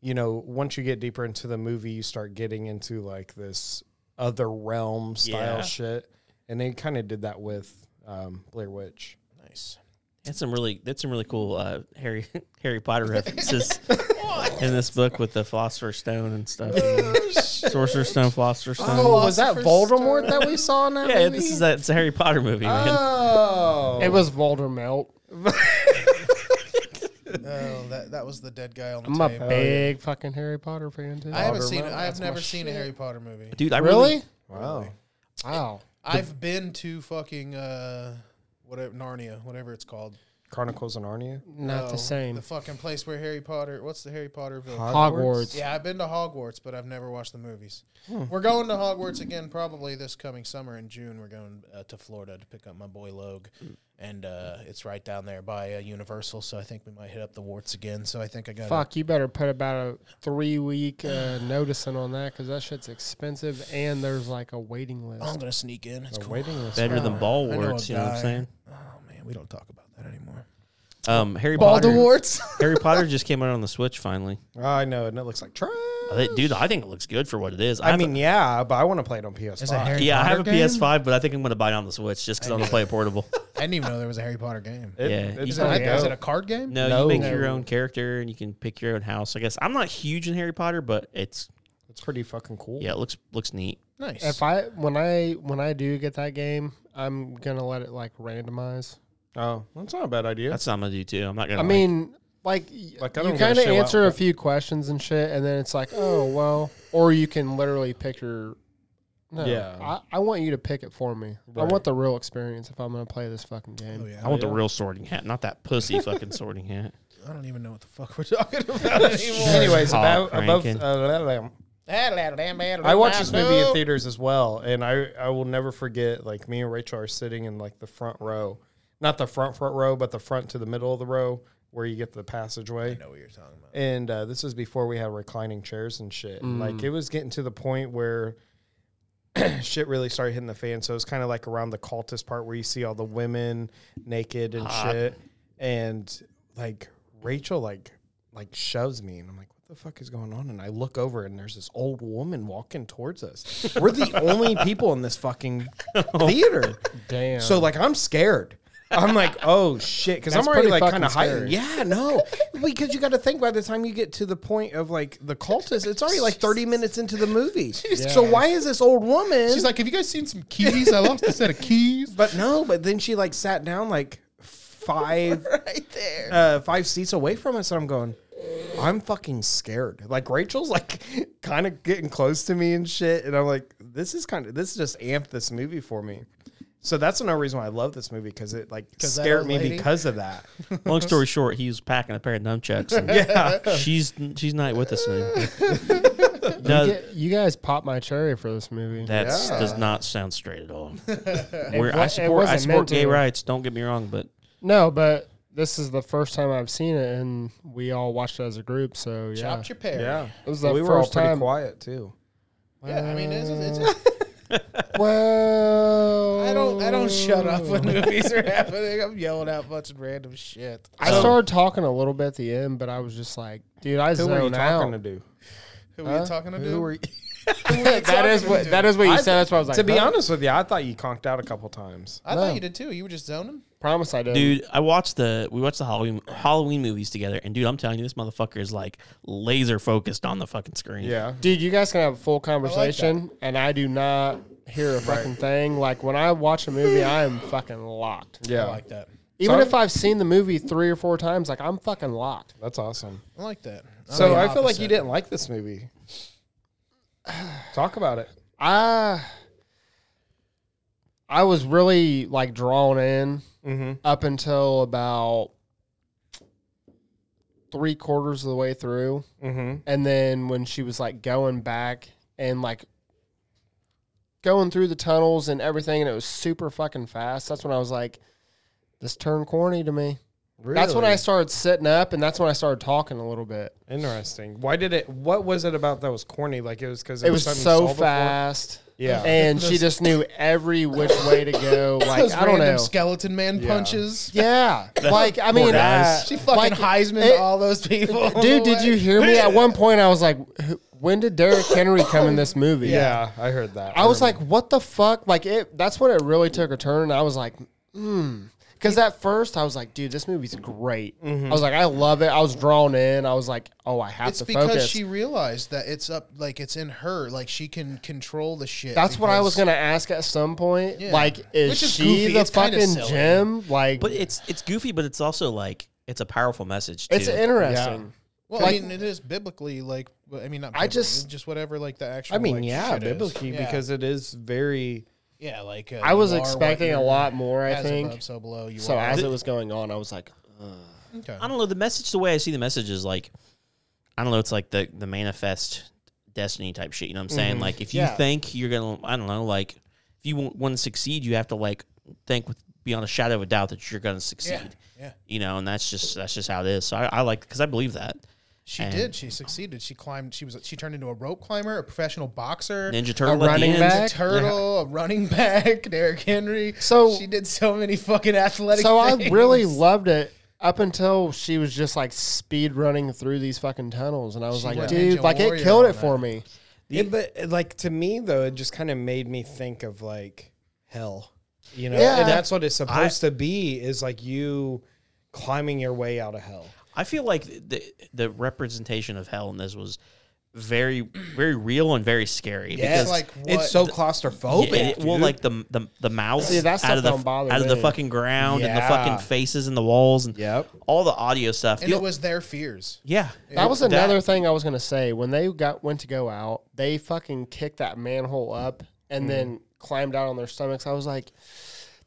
Speaker 4: you know, once you get deeper into the movie, you start getting into like this other realm style
Speaker 2: Yeah.
Speaker 4: shit. And they kind of did that with um, Blair Witch.
Speaker 3: Nice.
Speaker 2: That's some really that's some really cool uh, Harry Harry Potter references in this book with the Philosopher's Stone and stuff,
Speaker 3: Oh,
Speaker 2: Sorcerer's Stone, Philosopher's Stone.
Speaker 4: Oh, was that
Speaker 3: Philosopher's
Speaker 4: Voldemort that we saw in that
Speaker 2: yeah,
Speaker 4: movie?
Speaker 2: this is a, it's a Harry Potter movie, man.
Speaker 3: Uh,
Speaker 4: Oh.
Speaker 5: it was Voldemort.
Speaker 3: Oh, that that was the dead guy on the
Speaker 5: I'm a
Speaker 3: table.
Speaker 5: big fucking Harry Potter fan too.
Speaker 3: I haven't seen.
Speaker 4: Voldemort,
Speaker 3: I have
Speaker 4: that's my
Speaker 3: never seen a Harry Potter movie.
Speaker 2: Dude, I really
Speaker 5: really?
Speaker 4: wow.
Speaker 5: Wow.
Speaker 3: I've been to fucking uh, whatever Narnia, whatever it's called.
Speaker 4: Chronicles of Narnia.
Speaker 5: Not
Speaker 3: No,
Speaker 5: the same.
Speaker 3: The fucking place where Harry Potter. What's the Harry Potter village?
Speaker 5: Hogwarts.
Speaker 3: yeah, I've been to Hogwarts, but I've never watched the movies.
Speaker 4: Hmm.
Speaker 3: We're going to Hogwarts again, probably this coming summer in June. We're going uh, to Florida to pick up my boy Logue,
Speaker 4: Hmm.
Speaker 3: and uh, it's right down there by uh, Universal. So I think we might hit up the warts again. So I think I got
Speaker 5: Fuck, you better put about a three week uh, noticing on that because that shit's expensive and there's like a waiting list.
Speaker 3: I'm gonna sneak in. It's
Speaker 4: A
Speaker 3: cool.
Speaker 4: waiting list.
Speaker 2: better than Ballwarts,
Speaker 3: Oh, I
Speaker 2: you
Speaker 3: know a
Speaker 2: know what I'm
Speaker 3: guy.
Speaker 2: saying?
Speaker 3: Oh man, we don't talk about that anymore.
Speaker 2: Um, Harry Potter.
Speaker 3: Balderwarts.
Speaker 2: Harry Potter just came out on the Switch finally.
Speaker 4: Oh, I know, and it looks like trash.
Speaker 2: I think- Dude, I think it looks good for what it is.
Speaker 4: I
Speaker 2: have a-
Speaker 4: mean, yeah, but I want to play it on PS5.
Speaker 3: Is it Harry
Speaker 2: yeah, I have
Speaker 3: Potter
Speaker 2: a
Speaker 3: game?
Speaker 2: PS5, but I think I'm going to buy it on the Switch just because I want to play it portable.
Speaker 3: I didn't even know there was a Harry Potter game.
Speaker 4: It-
Speaker 2: Yeah.
Speaker 4: it's
Speaker 3: Is it,
Speaker 4: really
Speaker 3: a- is
Speaker 4: dope.
Speaker 3: it a card game?
Speaker 2: No,
Speaker 4: No.
Speaker 2: you make your own character and you can pick your own house. I guess I'm not huge in Harry Potter, but it's
Speaker 4: It's pretty fucking cool.
Speaker 2: yeah, it looks looks neat.
Speaker 3: Nice.
Speaker 5: If I when I when I do get that game, I'm gonna let it like randomize.
Speaker 4: Oh, that's not a bad idea.
Speaker 2: That's what I'm gonna do too. I'm not gonna.
Speaker 5: I
Speaker 2: like-
Speaker 5: mean, like, y-
Speaker 4: Like, I
Speaker 5: you
Speaker 4: don't give a
Speaker 5: kind of
Speaker 4: shit what-
Speaker 5: answer a few questions and shit, and then it's like, oh well, or you can literally pick your. No,
Speaker 4: Yeah.
Speaker 5: I, I want you to pick it for me. I
Speaker 4: Right.
Speaker 5: want the real experience if I'm gonna play this fucking game.
Speaker 3: Oh, yeah.
Speaker 2: I want the real sorting hat, not that pussy fucking sorting hat.
Speaker 3: I don't even know what the fuck we're talking about anymore.
Speaker 4: Anyways,
Speaker 2: Cock
Speaker 4: about, above,
Speaker 2: cranking.
Speaker 4: uh, blah, blah, blah. I watched this movie in theaters as well, and I, I will never forget. Like me and Rachel are sitting in like the front row, not the front front row, but the front to the middle of the row where you get the passageway.
Speaker 3: know what you're talking about.
Speaker 4: and uh, this was before we had reclining chairs and shit. And, Like it was getting to the point where shit really started hitting the fan. So it's kind of like around the cultist part where you see all the women naked and shit, and like Rachel like like shoves me, and I'm like. "What the Fuck is going on, and I look over and there's this old woman walking towards us. We're the only people in this fucking theater.
Speaker 5: Damn.
Speaker 4: So like I'm scared. I'm like, oh shit, because I'm
Speaker 5: That's
Speaker 4: already
Speaker 5: pretty
Speaker 4: like kind of
Speaker 5: fucking
Speaker 4: heightened.
Speaker 5: scary.
Speaker 4: Yeah, no, because you got to think by the time you get to the point of like the cultist, it's already like 30 minutes into the movie. So why is this old woman?
Speaker 3: She's like, "Have you guys seen some keys? I lost a set of keys."
Speaker 4: but no, but then she like sat down like five right there, uh, five seats away from us, and I'm going. I'm fucking scared. Like Rachel's like kind of getting close to me and shit, and I'm like, this is kind of this just amped this movie for me. So that's another reason why I love this movie because it like
Speaker 3: that
Speaker 4: scared
Speaker 3: old
Speaker 4: me
Speaker 3: lady?
Speaker 4: because of that.
Speaker 2: Long story short, he was packing a pair of nunchucks. And yeah, she's she's not with us anymore.
Speaker 4: Uh,
Speaker 5: you,
Speaker 2: No,
Speaker 5: get- you guys popped my cherry for this movie.
Speaker 2: that does not sound straight at all. We're,
Speaker 5: wa-
Speaker 2: I
Speaker 5: it
Speaker 2: support I
Speaker 5: wasn't
Speaker 2: support
Speaker 5: meant
Speaker 2: gay
Speaker 5: to.
Speaker 2: rights. Don't get me wrong, but
Speaker 5: no, but this is the first time I've seen it, and we all watched it as a group. So yeah,
Speaker 3: Chopped your pear.
Speaker 4: Yeah.
Speaker 5: it was the
Speaker 4: we
Speaker 5: first
Speaker 4: were all pretty
Speaker 5: time.
Speaker 4: quiet too.
Speaker 3: Yeah, I mean, it's, it's,
Speaker 4: Uh,
Speaker 5: Well,
Speaker 3: I don't I don't shut up when movies are happening. I'm yelling out bunch of random shit.
Speaker 5: I started talking a little bit at the end, but I was just like, dude, I
Speaker 4: Who
Speaker 5: zoned
Speaker 4: were you
Speaker 5: out.
Speaker 4: talking to do?
Speaker 3: Who are you talking to?
Speaker 4: Who were you?
Speaker 5: that is what that is what you
Speaker 4: I-
Speaker 5: said. That's what I was like.
Speaker 4: to be
Speaker 5: huh?
Speaker 4: honest with you, I thought you conked out a couple times.
Speaker 3: I
Speaker 5: No.
Speaker 3: thought you did too. You were just zoning.
Speaker 5: promise I did.
Speaker 2: Dude, I watched the we watched the Halloween Halloween movies together, and dude, I'm telling you, this motherfucker is like laser focused on the fucking screen.
Speaker 4: Yeah.
Speaker 5: Dude, you guys can have a full conversation, and I do not hear a fucking thing. Like when I watch a movie, I am fucking locked.
Speaker 4: Yeah.
Speaker 3: I like that.
Speaker 5: Even
Speaker 4: So-
Speaker 5: if I've seen the movie three or four times, like I'm fucking locked.
Speaker 4: That's awesome.
Speaker 3: I like that. I'm
Speaker 4: So
Speaker 3: the
Speaker 4: I feel like you
Speaker 3: opposite.
Speaker 4: didn't like this movie. Talk about it.
Speaker 5: I I was really like drawn in
Speaker 4: Mm-hmm.
Speaker 5: up until about three quarters of the way through.
Speaker 4: Mm-hmm.
Speaker 5: And then when she was like going back and like going through the tunnels and everything, and it was super fucking fast, that's when I was like, this turned corny to me.
Speaker 4: Really?
Speaker 5: That's when I started sitting up and that's when I started talking a little bit.
Speaker 4: Interesting. Why did it? What was it about that was corny? Like it was because
Speaker 5: It was
Speaker 4: something you
Speaker 5: so
Speaker 4: saw before?
Speaker 5: fast.
Speaker 4: Yeah.
Speaker 5: And she just knew every which way to go. Like,
Speaker 3: Those
Speaker 5: I don't
Speaker 3: random
Speaker 5: know.
Speaker 3: skeleton man
Speaker 4: Yeah.
Speaker 3: punches.
Speaker 5: Yeah. Like, I mean,
Speaker 2: guys.
Speaker 5: uh,
Speaker 3: She fucking
Speaker 5: like,
Speaker 3: Heisman
Speaker 5: it-
Speaker 3: all those people.
Speaker 5: Dude, did you hear me? At one point, I was like, "Who- when did Derrick Henry come in this movie?
Speaker 4: yeah, I heard that.
Speaker 5: I was like,
Speaker 4: remember.
Speaker 5: what the fuck? Like, it, that's when it really took a turn. And I was like, hmm. Because at first, I was like, dude, this movie's great. I was like, I love it. I was drawn in. I was like, oh, I have
Speaker 3: Mm-hmm. It's
Speaker 5: to
Speaker 3: because
Speaker 5: focus.
Speaker 3: she realized that it's up, like it's in her, like she can control the shit.
Speaker 5: that's what I was
Speaker 3: because-
Speaker 5: gonna ask at some point.
Speaker 3: Yeah.
Speaker 5: Like, is,
Speaker 3: Which is
Speaker 5: she
Speaker 3: goofy.
Speaker 5: the
Speaker 3: It's kinda
Speaker 5: fucking
Speaker 3: silly.
Speaker 5: gem? Like,
Speaker 2: But it's it's goofy, but it's also like it's a powerful message. Too.
Speaker 5: it's interesting.
Speaker 3: Well,
Speaker 5: Like-
Speaker 3: I mean, it is biblically, like well, I mean, not
Speaker 5: I
Speaker 3: biblically,
Speaker 5: just-
Speaker 3: just whatever, like the actual.
Speaker 4: I mean,
Speaker 3: like,
Speaker 4: yeah,
Speaker 3: shit is.
Speaker 4: biblically
Speaker 3: Yeah.
Speaker 4: because it is very.
Speaker 3: yeah, like uh,
Speaker 5: I was
Speaker 3: you are what
Speaker 5: expecting a
Speaker 3: you're-
Speaker 5: lot more. I
Speaker 3: as
Speaker 5: think
Speaker 3: above, so below. You
Speaker 5: so.
Speaker 3: are.
Speaker 5: As it was going on, I was like,
Speaker 3: Okay.
Speaker 2: I don't know. The message, the way I see the message is like, I don't know. It's like the the manifest destiny type shit. You know what I'm saying? Like if you
Speaker 5: Yeah.
Speaker 2: think you're gonna, I don't know. Like if you want, want to succeed, you have to like think with beyond a shadow of a doubt that you're gonna succeed.
Speaker 3: Yeah, yeah.
Speaker 2: You know, and that's just that's just how it is. So I, I like because I believe that
Speaker 3: She
Speaker 2: And-
Speaker 3: did. She succeeded. She climbed. She was. She turned into a rope climber, a professional boxer,
Speaker 2: Ninja Turtle at the
Speaker 5: running
Speaker 2: end.
Speaker 5: back?
Speaker 3: a turtle, a running back, Derrick Henry.
Speaker 5: So-
Speaker 3: she did so many fucking athletic.
Speaker 5: so I
Speaker 3: things.
Speaker 5: really loved it up until she was just like speed running through these fucking tunnels, and I was like,
Speaker 3: went
Speaker 5: dude,
Speaker 3: Ninja
Speaker 5: like it
Speaker 3: Warrior
Speaker 5: killed
Speaker 3: on
Speaker 5: it for me.
Speaker 4: Yeah, but uh, like to me though, it just kind of made me think of like hell, you know.
Speaker 5: Yeah.
Speaker 4: And that's what it's supposed to be is like you climbing your way out of hell.
Speaker 2: I feel like the the representation of hell in this was very very real and very scary.
Speaker 4: Yeah,
Speaker 2: because-
Speaker 3: like what
Speaker 4: it's so
Speaker 2: Yeah,
Speaker 4: claustrophobic.
Speaker 2: it- well, like the the the mouths
Speaker 5: See, that stuff
Speaker 2: out of the
Speaker 5: don't bother
Speaker 2: out of the
Speaker 5: me.
Speaker 2: fucking ground and the
Speaker 4: Yeah.
Speaker 2: fucking faces and the walls and
Speaker 4: Yep.
Speaker 2: all the audio stuff.
Speaker 3: and
Speaker 2: You-
Speaker 3: it was their fears.
Speaker 2: yeah,
Speaker 5: That was another thing I was gonna say. When they got went to go out, they fucking kicked that manhole up
Speaker 4: Mm.
Speaker 5: and then climbed out on their stomachs. I was like,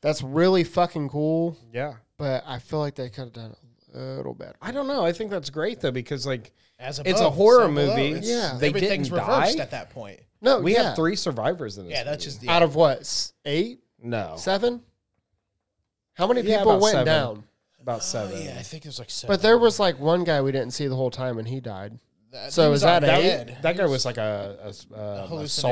Speaker 5: that's really fucking cool,
Speaker 4: yeah.
Speaker 5: but I feel like they could have done a little better.
Speaker 4: I don't know. I think that's great though because like
Speaker 3: As
Speaker 4: It's a
Speaker 3: above,
Speaker 4: horror
Speaker 3: so below.
Speaker 4: movie.
Speaker 3: It's-
Speaker 5: Yeah.
Speaker 4: They
Speaker 3: everything's
Speaker 4: didn't
Speaker 3: reversed
Speaker 4: die.
Speaker 3: at that point.
Speaker 5: No,
Speaker 4: we
Speaker 5: yeah.
Speaker 4: have three survivors in this.
Speaker 3: Yeah, that's just Oh, the
Speaker 5: out of what s- eight,
Speaker 4: no
Speaker 5: seven. How many
Speaker 4: Oh. Yeah,
Speaker 5: people
Speaker 4: about
Speaker 5: went
Speaker 4: seven.
Speaker 5: down?
Speaker 4: about seven.
Speaker 3: Yeah, I think it was like seven.
Speaker 5: But there was like one guy we didn't see the whole time, and he died.
Speaker 3: That-
Speaker 5: so
Speaker 3: he
Speaker 5: is
Speaker 3: was
Speaker 5: that
Speaker 3: on
Speaker 5: a-
Speaker 3: dead.
Speaker 4: That
Speaker 3: He
Speaker 4: guy was like a, a, a, a soul or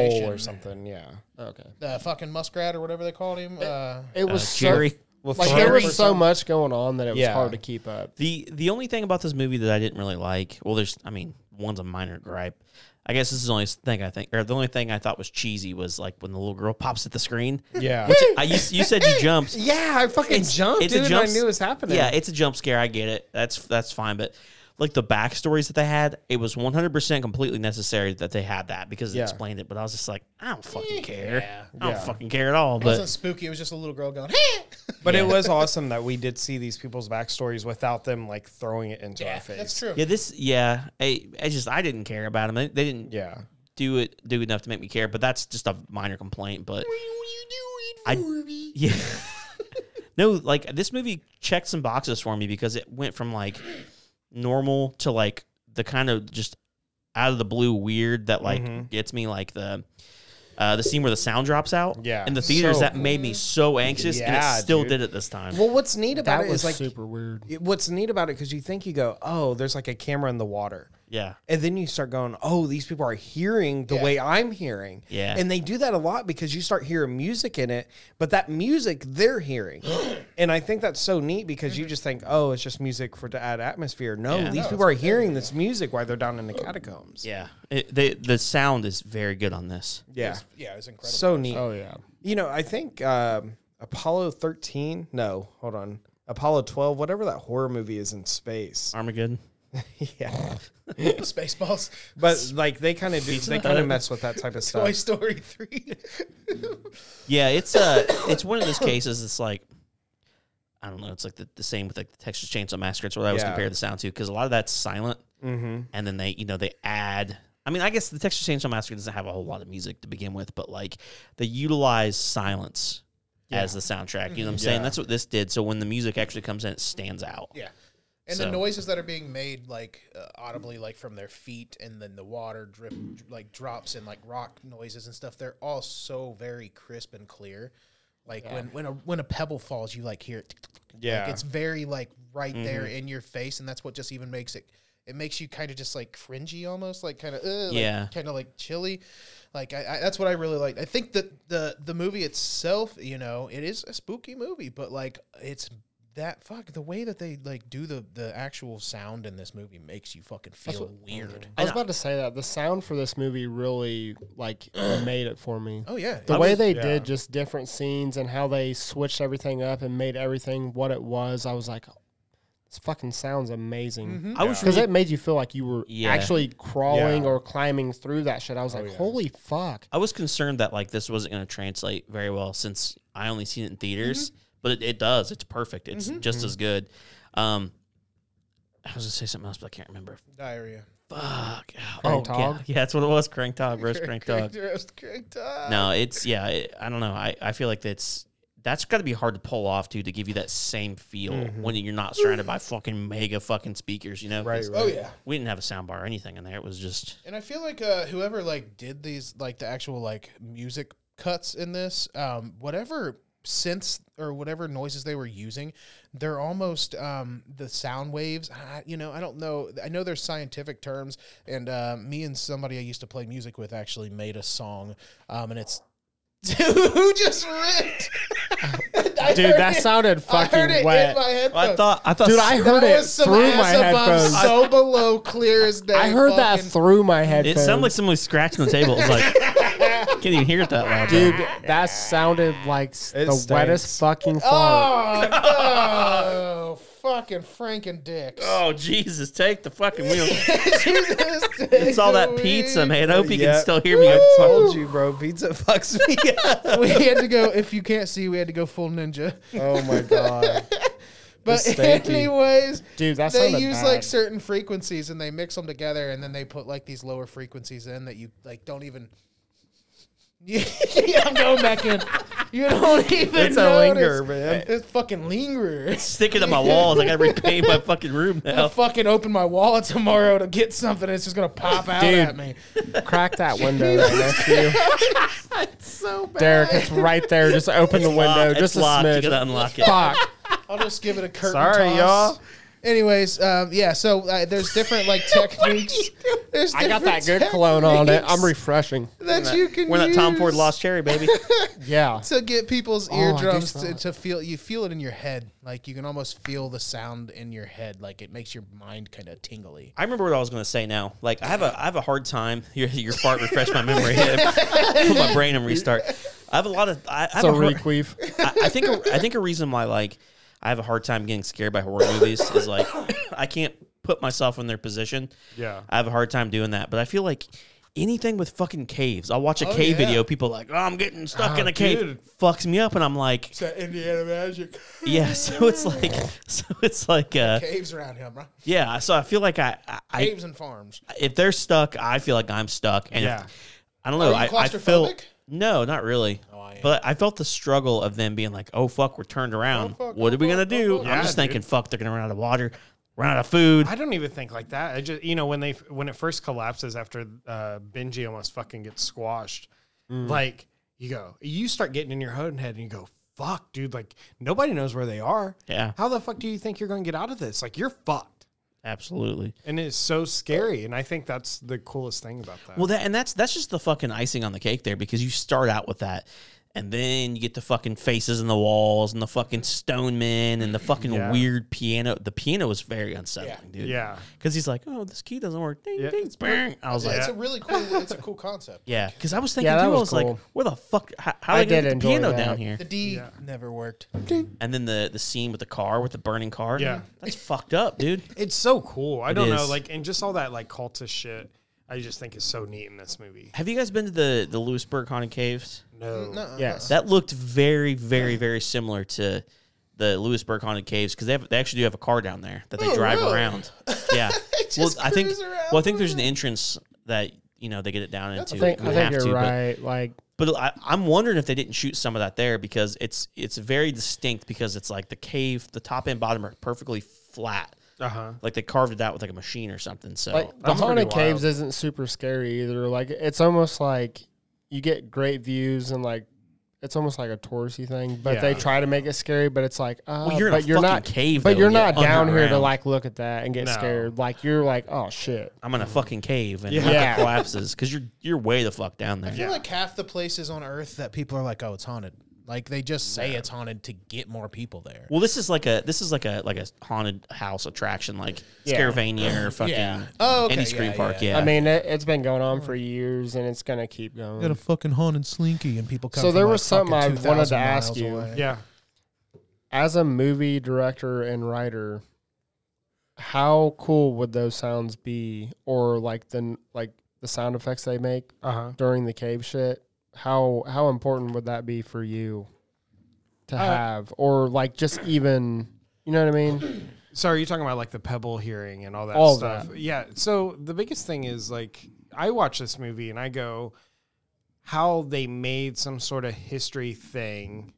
Speaker 3: hallucination. Oh,
Speaker 4: something. Yeah.
Speaker 5: Okay,
Speaker 3: the fucking muskrat or whatever they called him. Uh,
Speaker 5: it
Speaker 2: uh,
Speaker 5: was so-
Speaker 2: Jerry.
Speaker 4: Well,
Speaker 5: like there
Speaker 4: Furry-
Speaker 5: was so much going on that it was
Speaker 4: Yeah.
Speaker 5: hard to keep up.
Speaker 2: The the only thing about this movie that I didn't really like, well, there's, I mean, one's a minor gripe. I guess this is the only thing I think, or the only thing I thought was cheesy was like when the little girl pops at the screen.
Speaker 4: Yeah.
Speaker 2: Which I, you, you said you jumped.
Speaker 4: yeah, I fucking jumped, dude. and I knew it was happening.
Speaker 2: Yeah, it's a jump scare. I get it. That's that's fine. But like the backstories that they had, it was 100% completely necessary that they had that because it
Speaker 4: Yeah. Eh,
Speaker 2: explained it. But I was just like, I don't fucking care. I don't
Speaker 4: Yeah.
Speaker 2: fucking care at all.
Speaker 3: it wasn't
Speaker 2: But
Speaker 3: spooky. It was just a little girl going. Hey!
Speaker 4: But it was awesome that we did see these people's backstories without them like throwing it into our face.
Speaker 3: That's true.
Speaker 2: yeah, this, yeah, I, I just, I didn't care about them. They, they didn't
Speaker 4: Yeah.
Speaker 2: do it, do enough to make me care. But that's just a minor complaint. But I, yeah. no, like this movie checked some boxes for me because it went from like normal to
Speaker 4: Mm-hmm.
Speaker 2: like the kind of just out of the blue weird that like gets me like the uh, the scene where the sound drops out.
Speaker 4: Yeah.
Speaker 2: In the theaters,
Speaker 4: So
Speaker 2: that made me so anxious, and
Speaker 4: Yeah,
Speaker 2: it still
Speaker 4: dude.
Speaker 2: did it this time.
Speaker 4: Well, what's neat about
Speaker 5: That
Speaker 4: it is
Speaker 5: was
Speaker 4: like
Speaker 5: super weird.
Speaker 4: it- what's neat about it because you think you go, oh, there's like a camera in the water.
Speaker 2: yeah.
Speaker 4: And then you start going, oh, these people are hearing the way I'm hearing.
Speaker 2: Yeah.
Speaker 4: And they do that a lot because you start hearing music in it, but that music they're hearing. and I think that's so neat because you just think, oh, it's just music for to add atmosphere. No,
Speaker 2: Yeah.
Speaker 4: these people are hearing this music while they're down in the catacombs.
Speaker 2: Yeah. It, they, the sound is very good on this.
Speaker 4: Yeah.
Speaker 3: Yeah, it's incredible.
Speaker 4: So neat.
Speaker 5: Oh yeah.
Speaker 4: You know, I think um, Apollo 13, no, hold on. Apollo 12, whatever that horror movie is in space.
Speaker 2: Armageddon.
Speaker 4: yeah.
Speaker 3: Spaceballs,
Speaker 4: But like they kind of do, they kind of mess with that type of
Speaker 3: Toy
Speaker 4: stuff.
Speaker 3: Story three.
Speaker 2: Yeah, it's uh it's one of those cases. It's like I don't know. It's like the, the same with like the Texas Chainsaw Massacre. It's what I always
Speaker 4: Yeah.
Speaker 2: compare the sound to because a lot of that's silent, mm-hmm. and then they you know they add. I mean, I guess the Texas Chainsaw Massacre doesn't have a whole lot of music to begin with, but like they utilize silence as the soundtrack. You know what I'm saying? That's what this did. So when the music actually comes in, it stands out.
Speaker 3: yeah, and
Speaker 2: So-
Speaker 3: the noises that are being made, like uh, audibly, like from their feet, and then the water drip, like drops and like rock noises and stuff. They're all so very crisp and clear. Like when when a when a pebble falls, you like hear it. tick, tick, tick, tick.
Speaker 4: Yeah.
Speaker 3: like, it's very like right there in your face, and that's what just even makes it. It makes you kind of just like cringy, almost like kind of uh, like,
Speaker 2: Yeah.
Speaker 3: kind of like chilly. Like I, I, that's what I really like. I think that the the movie itself, you know, it is a spooky movie, but like it's that fuck the way that they like do the the actual sound in this movie makes you fucking feel weird.
Speaker 5: I was
Speaker 2: And I-
Speaker 5: about to say that the sound for this movie really like made it for me.
Speaker 3: Oh yeah,
Speaker 5: The way they did just different scenes and how they switched everything up and made everything what it was, I was like, this fucking sounds amazing.
Speaker 2: I was
Speaker 5: Because
Speaker 2: really,
Speaker 5: it made you feel like you were
Speaker 2: Yeah.
Speaker 5: actually crawling
Speaker 4: Yeah.
Speaker 5: or climbing through that shit. I was like, holy fuck.
Speaker 2: I was concerned that like this wasn't going to translate very well since I only seen it in theaters, but it, it does. It's perfect. It's just as
Speaker 5: Mm-hmm.
Speaker 2: good. Um, I was going to say something else, but I can't remember.
Speaker 3: diarrhea.
Speaker 2: Fuck.
Speaker 5: Crank
Speaker 2: oh,
Speaker 5: Dog?
Speaker 2: Yeah. yeah, that's what it was. Crank dog, roast crank dog.
Speaker 3: Roast crank dog.
Speaker 2: No, it's yeah. It, I don't know. I, I feel like that's that's got to be hard to pull off too to give you that same feel
Speaker 5: Mm-hmm.
Speaker 2: when you're not surrounded by fucking mega fucking speakers. You know, 'Cause
Speaker 3: Oh yeah.
Speaker 2: We didn't have a sound bar or anything in there. It was just
Speaker 3: And I feel like uh, whoever like did these like the actual like music cuts in this, um, whatever synths or whatever noises they were using, they're almost um, the sound waves. I, you know, I don't know. I know there's scientific terms, and uh, me and somebody I used to play music with actually made a song, um, and it's. Dude, who just ripped? I
Speaker 5: Dude,
Speaker 3: heard
Speaker 5: that
Speaker 3: it-
Speaker 5: sounded
Speaker 3: I heard
Speaker 5: fucking
Speaker 3: it
Speaker 5: wet.
Speaker 3: In my headphones.
Speaker 2: I thought I thought
Speaker 5: Dude, I heard
Speaker 3: that
Speaker 5: it
Speaker 3: was some
Speaker 5: through
Speaker 3: ass
Speaker 5: my
Speaker 3: above,
Speaker 5: headphones.
Speaker 3: so below, clear as day.
Speaker 5: I heard that
Speaker 3: fucking-
Speaker 5: through my
Speaker 2: It
Speaker 5: headphones.
Speaker 2: sounded like someone scratching the table. It was like, can't even hear it that loud. though.
Speaker 5: Dude, that sounded like s-
Speaker 4: It
Speaker 5: the wettest
Speaker 4: stinks.
Speaker 5: fucking fart.
Speaker 3: Oh, no. fucking Frank and Dick.
Speaker 2: Oh, Jesus, take the fucking wheel. It's all that pizza, man. I hope you
Speaker 4: Yeah.
Speaker 2: can still hear me.
Speaker 4: I told you, bro. Pizza fucks me up.
Speaker 3: We had to go, if you can't see, we had to go full ninja.
Speaker 4: oh my god.
Speaker 3: But
Speaker 4: stanky.
Speaker 3: anyways,
Speaker 5: Dude, that
Speaker 3: they
Speaker 5: sounded
Speaker 3: use
Speaker 5: bad.
Speaker 3: like certain frequencies and they mix them together and then they put like these lower frequencies in that you like don't even. Yeah, I'm going back in. You don't even.
Speaker 4: It's a
Speaker 3: notice.
Speaker 4: linger, man.
Speaker 3: It's fucking linger.
Speaker 2: Stick it on my walls. I gotta repaint my fucking room
Speaker 3: I'll
Speaker 2: now.
Speaker 3: fucking open my wallet tomorrow to get something. It's just gonna pop out
Speaker 5: Dude.
Speaker 3: at me.
Speaker 5: Crack that window right next to you.
Speaker 3: So bad.
Speaker 5: Derek, it's right there. Just open the window.
Speaker 2: Lock- it's
Speaker 5: just a
Speaker 2: locked. You
Speaker 5: smidge.
Speaker 2: gotta unlock it.
Speaker 5: Fuck.
Speaker 3: I'll just give it a curtain
Speaker 4: Sorry,
Speaker 3: toss.
Speaker 4: y'all.
Speaker 3: Anyways, um, yeah. So uh, there's different like techniques. There's
Speaker 5: I got that
Speaker 3: different
Speaker 5: good cologne on it. I'm
Speaker 3: techniques
Speaker 5: refreshing.
Speaker 3: that you can
Speaker 2: We're not Tom Ford
Speaker 3: use
Speaker 2: Lost Cherry, baby.
Speaker 5: Yeah.
Speaker 3: to get people's
Speaker 5: Oh, I do
Speaker 3: eardrums
Speaker 5: smell
Speaker 3: to,
Speaker 5: it.
Speaker 3: to feel. You feel it in your head. Like you can almost feel the sound in your head. Like it makes your mind kind of tingly.
Speaker 2: I remember what I was gonna say now. Like I have a I have a hard time. Your your fart refreshed my memory. Put my brain and restart. I have a lot of I, I
Speaker 5: It's
Speaker 2: have
Speaker 5: a
Speaker 2: a hard,
Speaker 5: requeef.
Speaker 2: I, I think a, I think a reason why like I have a hard time getting scared by horror movies is like I can't put myself in their position.
Speaker 4: Yeah.
Speaker 2: I have a hard time doing that. But I feel like anything with fucking caves, I'll watch a cave
Speaker 3: yeah.
Speaker 2: video. People like, oh, I'm getting stuck in a cave, fucks me up, and I'm like,
Speaker 3: that Indiana magic.
Speaker 2: yeah. So it's like, so it's like, uh,
Speaker 3: Caves around him, right?
Speaker 2: yeah. So I feel like I, I, I,
Speaker 3: Caves and farms.
Speaker 2: if they're stuck, I feel like I'm stuck, and if-
Speaker 4: Yeah.
Speaker 2: I don't know.
Speaker 3: you
Speaker 2: I, I feel
Speaker 3: claustrophobic?
Speaker 2: no, not really.
Speaker 4: Oh,
Speaker 3: I am.
Speaker 2: But I felt the struggle of them being like, "Oh fuck, we're turned around.
Speaker 3: fuck,
Speaker 2: what
Speaker 3: oh,
Speaker 2: are we gonna
Speaker 3: fuck,
Speaker 2: do?"
Speaker 3: oh, fuck.
Speaker 2: I'm
Speaker 4: Yeah,
Speaker 2: just thinking,
Speaker 4: dude.
Speaker 2: "Fuck, they're gonna run out of water, run out of food."
Speaker 4: I don't even think like that. I just you know when they when it first collapses after uh, Benji almost fucking gets squashed,
Speaker 5: Mm.
Speaker 4: Like you go, you start getting in your own head and you go, fuck, dude. Like nobody knows where they are.
Speaker 2: Yeah.
Speaker 4: How the fuck do you think you're going to get out of this? Like you're fucked.
Speaker 2: Absolutely.
Speaker 4: And it's so scary. And I think that's the coolest thing about that.
Speaker 2: Well, that and that's that's just the fucking icing on the cake there because you start out with that, and then you get the fucking faces in the walls and the fucking stone men and the fucking
Speaker 4: Yeah.
Speaker 2: weird piano. The piano was very unsettling, dude.
Speaker 4: yeah.
Speaker 2: Because he's like, oh, this key doesn't work. Ding,
Speaker 4: Yeah.
Speaker 2: ding, bang. I was like,
Speaker 3: It's a really cool. It's a cool concept.
Speaker 2: yeah. Because I was thinking,
Speaker 5: that
Speaker 2: too, I
Speaker 5: was
Speaker 2: was
Speaker 5: cool.
Speaker 2: like, where the fuck? How, how
Speaker 5: I
Speaker 2: I get
Speaker 5: did
Speaker 2: the
Speaker 5: enjoy
Speaker 2: piano
Speaker 5: that.
Speaker 2: down here?
Speaker 3: The D never worked.
Speaker 2: And then the the scene with the car with the burning car.
Speaker 4: Yeah.
Speaker 2: That's fucked up, dude.
Speaker 4: It's so cool. I don't know.
Speaker 2: is.
Speaker 4: Like, and just all that like cultist shit. I just think is so neat in this movie.
Speaker 2: Have you guys been to the the Lewisburg haunted caves?
Speaker 4: No.
Speaker 3: Nuh-uh.
Speaker 5: Yes.
Speaker 2: That looked very, very, very similar to the Lewisburg haunted caves because they, have- they actually do have a car down there that they
Speaker 5: Oh,
Speaker 2: drive
Speaker 3: really?
Speaker 2: around. Yeah. well,
Speaker 3: just
Speaker 2: I think
Speaker 3: cruise around
Speaker 2: well, I think there's an entrance that you know they get it down into.
Speaker 5: I think,
Speaker 2: You
Speaker 5: I
Speaker 2: have
Speaker 5: think
Speaker 2: to,
Speaker 5: you're
Speaker 2: but-
Speaker 5: right. Like,
Speaker 2: But I, I'm wondering if they didn't shoot some of that there because it's it's very distinct because it's like the cave, the top and bottom are perfectly flat.
Speaker 4: Uh huh.
Speaker 2: Like they carved it out with like a machine or something. So
Speaker 5: like the
Speaker 4: that's Oh, pretty
Speaker 5: haunted caves
Speaker 4: wild.
Speaker 5: isn't super scary either. Like, it's almost like you get great views and like it's almost like a touristy thing. But they
Speaker 4: Yeah.
Speaker 5: try to make it scary. But it's like, uh,
Speaker 2: Well, you're in
Speaker 5: but
Speaker 2: a
Speaker 5: you're
Speaker 2: fucking
Speaker 5: not
Speaker 2: cave,
Speaker 5: But
Speaker 2: though,
Speaker 5: you're
Speaker 2: and you're
Speaker 5: not down here to
Speaker 2: underground.
Speaker 5: like look at that and get
Speaker 4: No.
Speaker 5: scared. Like you're like, oh shit.
Speaker 2: I'm in a fucking cave and
Speaker 4: Yeah.
Speaker 2: it
Speaker 5: Yeah.
Speaker 2: collapses because you're you're way the fuck down there.
Speaker 3: I feel like half the places on Earth that people are like, "Oh, it's haunted." Like they just say it's haunted to get more people there.
Speaker 2: Well, this is like a this is like a like a haunted house attraction, like
Speaker 5: Yeah.
Speaker 2: Scaravania or fucking
Speaker 3: Yeah. Oh, okay,
Speaker 2: any screen
Speaker 3: yeah,
Speaker 2: park. Yeah,
Speaker 3: yeah.
Speaker 5: I mean, it, it's been going on for years and it's gonna keep going.
Speaker 3: Got a fucking haunted slinky, and people come.
Speaker 5: So
Speaker 3: from,
Speaker 5: there
Speaker 3: like,
Speaker 5: was something
Speaker 3: fucking
Speaker 5: I wanted
Speaker 3: 2,000
Speaker 5: to ask
Speaker 3: miles
Speaker 5: you.
Speaker 3: away.
Speaker 4: Yeah.
Speaker 5: as a movie director and writer, how cool would those sounds be, or like the like the sound effects they make
Speaker 4: Uh huh.
Speaker 5: during the cave shit? How how important would that be for you to
Speaker 4: Uh,
Speaker 5: have, or like just even you know what I mean?
Speaker 4: So are you talking about like the Pebble hearing and all that
Speaker 5: All
Speaker 4: stuff?
Speaker 5: that.
Speaker 4: Yeah. So the biggest thing is like I watch this movie and I go, how they made some sort of history thing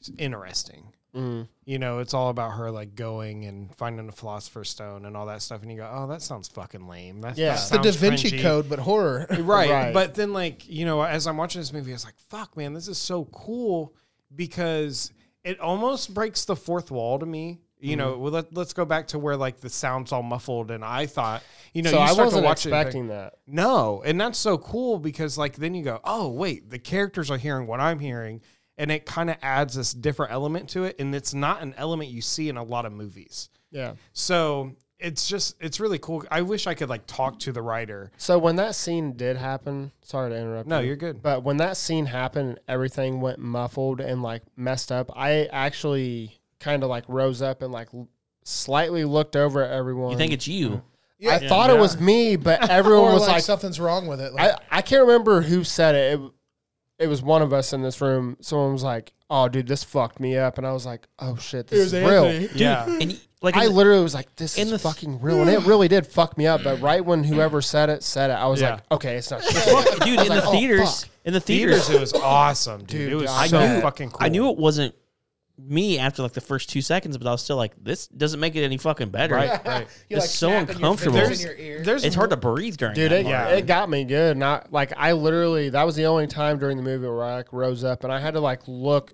Speaker 4: is interesting.
Speaker 5: Mm.
Speaker 4: You know, it's all about her like going and finding the philosopher's stone and all that stuff, and you go, oh, that sounds fucking lame. That's
Speaker 5: Yeah.
Speaker 4: that
Speaker 5: It's
Speaker 3: The Da
Speaker 4: sounds
Speaker 3: Vinci
Speaker 4: cringy.
Speaker 3: Code, but horror.
Speaker 4: right.
Speaker 5: Right.
Speaker 4: But then, like, you know, as I'm watching this movie, I was like, fuck, man, this is so cool because it almost breaks the fourth wall to me. You know,
Speaker 5: Mm-hmm.
Speaker 4: well, let, let's go back to where, like, the sound's all muffled. And I thought, you know,
Speaker 5: so
Speaker 4: you
Speaker 5: I
Speaker 4: start
Speaker 5: wasn't
Speaker 4: to watch it. and think,
Speaker 5: expecting that.
Speaker 4: no. And that's so cool because, like, then you go, oh, wait, the characters are hearing what I'm hearing. And it kind of adds this different element to it. And it's not an element you see in a lot of movies.
Speaker 5: Yeah.
Speaker 4: So it's just, it's really cool. I wish I could, like, talk to the writer.
Speaker 5: So when that scene did happen, sorry to interrupt.
Speaker 4: No,
Speaker 5: you.
Speaker 4: you're good.
Speaker 5: Mm. But when that scene happened, everything went muffled and like messed up. I actually kind of like rose up and like l- slightly looked over at everyone.
Speaker 2: you think it's you?
Speaker 5: I thought it was me, but everyone
Speaker 3: Or
Speaker 5: was
Speaker 3: like,
Speaker 5: like,
Speaker 3: something's wrong with it. Like,
Speaker 5: I, I can't remember who said it. it. It was one of us in this room. Someone was like, "Oh, dude, this fucked me up," and I was like, "Oh shit, this is real."
Speaker 4: yeah.
Speaker 2: And y- like
Speaker 5: I
Speaker 2: in the-
Speaker 5: literally was like, "This
Speaker 2: in
Speaker 5: is
Speaker 2: the-
Speaker 5: fucking real," and it really did fuck me up. But right when whoever said it said it, I was
Speaker 4: Yeah.
Speaker 5: like, "Okay, it's not."
Speaker 2: dude in the
Speaker 5: like, oh,
Speaker 2: theaters.
Speaker 5: fuck.
Speaker 2: in the
Speaker 4: theaters,
Speaker 2: theaters,
Speaker 4: it was awesome, dude.
Speaker 5: Dude,
Speaker 4: it was
Speaker 5: I
Speaker 4: so
Speaker 5: knew-
Speaker 4: fucking cool.
Speaker 2: I knew it wasn't me after like the first two seconds, but I was still like, this doesn't make it any fucking better.
Speaker 4: Right, right.
Speaker 3: you,
Speaker 2: it's so
Speaker 3: snapping your fingers
Speaker 2: uncomfortable.
Speaker 3: in
Speaker 2: There's-
Speaker 3: your ear.
Speaker 4: There's
Speaker 2: It's hard to breathe during
Speaker 5: Dude,
Speaker 2: that
Speaker 5: it,
Speaker 2: part.
Speaker 4: Yeah.
Speaker 5: it got me good. And I like I literally that was the only time during the movie where I like rose up and I had to like look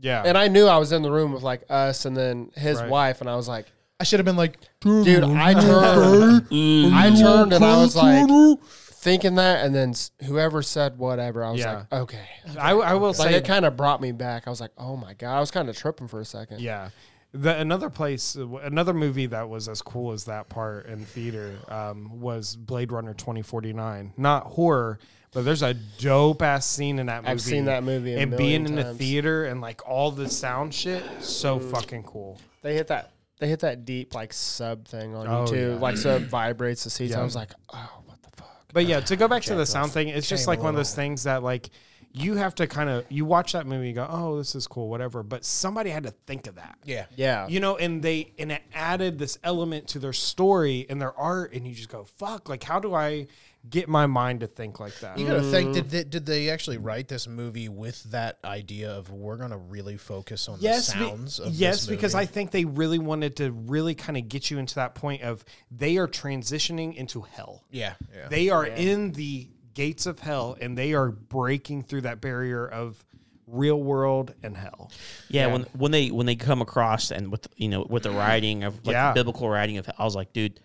Speaker 4: yeah.
Speaker 5: and I knew I was in the room with like us and then his
Speaker 4: Right.
Speaker 5: wife and I was like,
Speaker 3: I should have been like,
Speaker 5: dude, I turned
Speaker 4: Mm.
Speaker 5: I turned and I was like thinking that and then s- whoever said whatever, I was
Speaker 4: Yeah.
Speaker 5: like, okay.
Speaker 4: I, I will
Speaker 5: Like
Speaker 4: say,
Speaker 5: it kind of brought me back. I was like, oh my god, I was kind of tripping for a second.
Speaker 4: yeah. The, another place, another movie that was as cool as that part in theater um, was Blade Runner 2049. Not horror, but there's a dope ass scene in that movie.
Speaker 5: I've seen that movie a
Speaker 4: and being
Speaker 5: million
Speaker 4: in the
Speaker 5: times.
Speaker 4: theater and like all the sound shit, so fucking cool.
Speaker 5: They hit that. They hit that deep like sub thing on
Speaker 4: Oh,
Speaker 5: you too,
Speaker 4: yeah.
Speaker 5: like so it vibrates the seats.
Speaker 4: Yeah.
Speaker 5: I was like, oh, what the fuck.
Speaker 4: But yeah, to go back to the sound thing, it's just like one of those things that like you have to kind of you watch that movie and go, "Oh, this is cool, whatever." But somebody had to think of that.
Speaker 3: yeah.
Speaker 5: Yeah,
Speaker 4: You know, and they and it added this element to their story and their art and you just go, "Fuck, like how do I get my mind to think like that?"
Speaker 3: You gotta think. Did they, did they actually write this movie with that idea of we're gonna really focus on
Speaker 4: Yes,
Speaker 3: the
Speaker 4: be-
Speaker 3: sounds? of
Speaker 4: yes,
Speaker 3: this
Speaker 4: because
Speaker 3: movie?
Speaker 4: I think they really wanted to really kind of get you into that point of they are transitioning into hell.
Speaker 3: yeah, yeah.
Speaker 4: They are in the gates of hell and they are breaking through that barrier of real world and hell.
Speaker 2: Yeah, when when they when they come across and with you know with the writing of like
Speaker 4: Yeah.
Speaker 2: the biblical writing of, I was like, dude,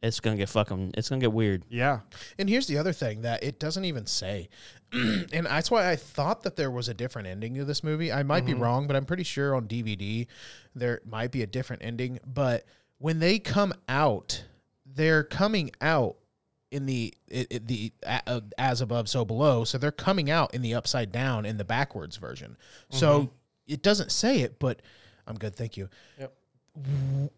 Speaker 2: it's gonna get fucking, it's gonna get weird.
Speaker 4: Yeah.
Speaker 3: And here's the other thing that it doesn't even say. and that's why I thought that there was a different ending to this movie. I might be wrong, but I'm pretty sure on DVD there might be a different ending. But when they come out, they're coming out in the it, it- the a- uh, as above so below. So they're coming out in the upside down in the backwards version. So it doesn't say it, but I'm good, thank you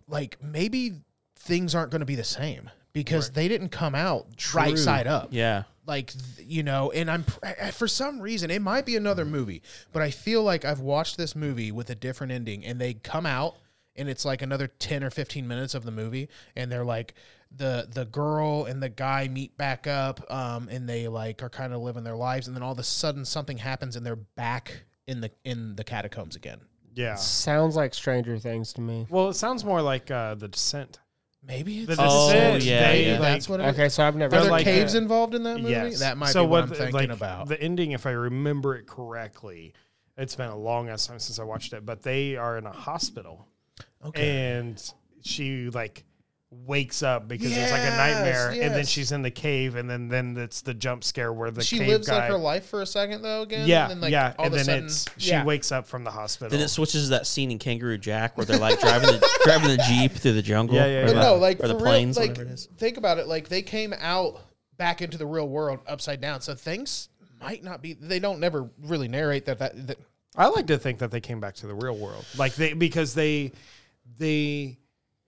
Speaker 3: like maybe things aren't going to be the same because they didn't come out right side up.
Speaker 2: Yeah,
Speaker 3: Like th- you know, and I'm pr- I- for some reason it might be another movie, but I feel like I've watched this movie with a different ending, and they come out and it's like another ten or fifteen minutes of the movie, and they're like the the girl and the guy meet back up, um, and they like are kind of living their lives, and then all of a sudden something happens, and they're back in the in the catacombs again.
Speaker 4: Yeah.
Speaker 5: Sounds like Stranger Things to me.
Speaker 4: Well, it sounds more like uh, the descent.
Speaker 3: Maybe it's
Speaker 4: The
Speaker 2: Oh,
Speaker 4: descent.
Speaker 2: yeah,
Speaker 4: they,
Speaker 2: yeah.
Speaker 4: Like,
Speaker 3: that's what it is.
Speaker 5: Okay, so I've
Speaker 4: They're
Speaker 5: never.
Speaker 3: Are there
Speaker 4: like
Speaker 3: caves
Speaker 4: a-
Speaker 3: involved in that movie?
Speaker 4: Yes.
Speaker 3: That might
Speaker 4: so
Speaker 3: be what, I'm
Speaker 4: the-
Speaker 3: thinking
Speaker 4: like,
Speaker 3: about.
Speaker 4: The ending, if I remember it correctly, it's been a long ass time since I watched it, but they are in a hospital.
Speaker 3: Okay.
Speaker 4: And she like wakes up because it's like a
Speaker 3: Yes,
Speaker 4: nightmare, and then
Speaker 3: yes.
Speaker 4: she's in the cave, and then then it's the jump scare where the
Speaker 3: she
Speaker 4: cave
Speaker 3: lives
Speaker 4: guy.
Speaker 3: like her life for a second though again.
Speaker 4: yeah,
Speaker 3: And then, like,
Speaker 4: yeah,
Speaker 3: All
Speaker 4: and
Speaker 3: of a
Speaker 4: then
Speaker 3: sudden,
Speaker 4: it's she
Speaker 5: Yeah.
Speaker 4: wakes up from the hospital.
Speaker 2: then it switches to that scene in Kangaroo Jack where they're like driving the driving the jeep through the jungle.
Speaker 4: Yeah, yeah,
Speaker 2: or
Speaker 4: yeah.
Speaker 3: but
Speaker 2: the-
Speaker 3: no, like
Speaker 2: or the
Speaker 3: for
Speaker 2: planes,
Speaker 3: real, like
Speaker 2: whatever it is.
Speaker 3: think about it. Like they came out back into the real world upside down, so things might not be. They don't never really narrate that. That, that
Speaker 4: I like to think that they came back to the real world, like they because they they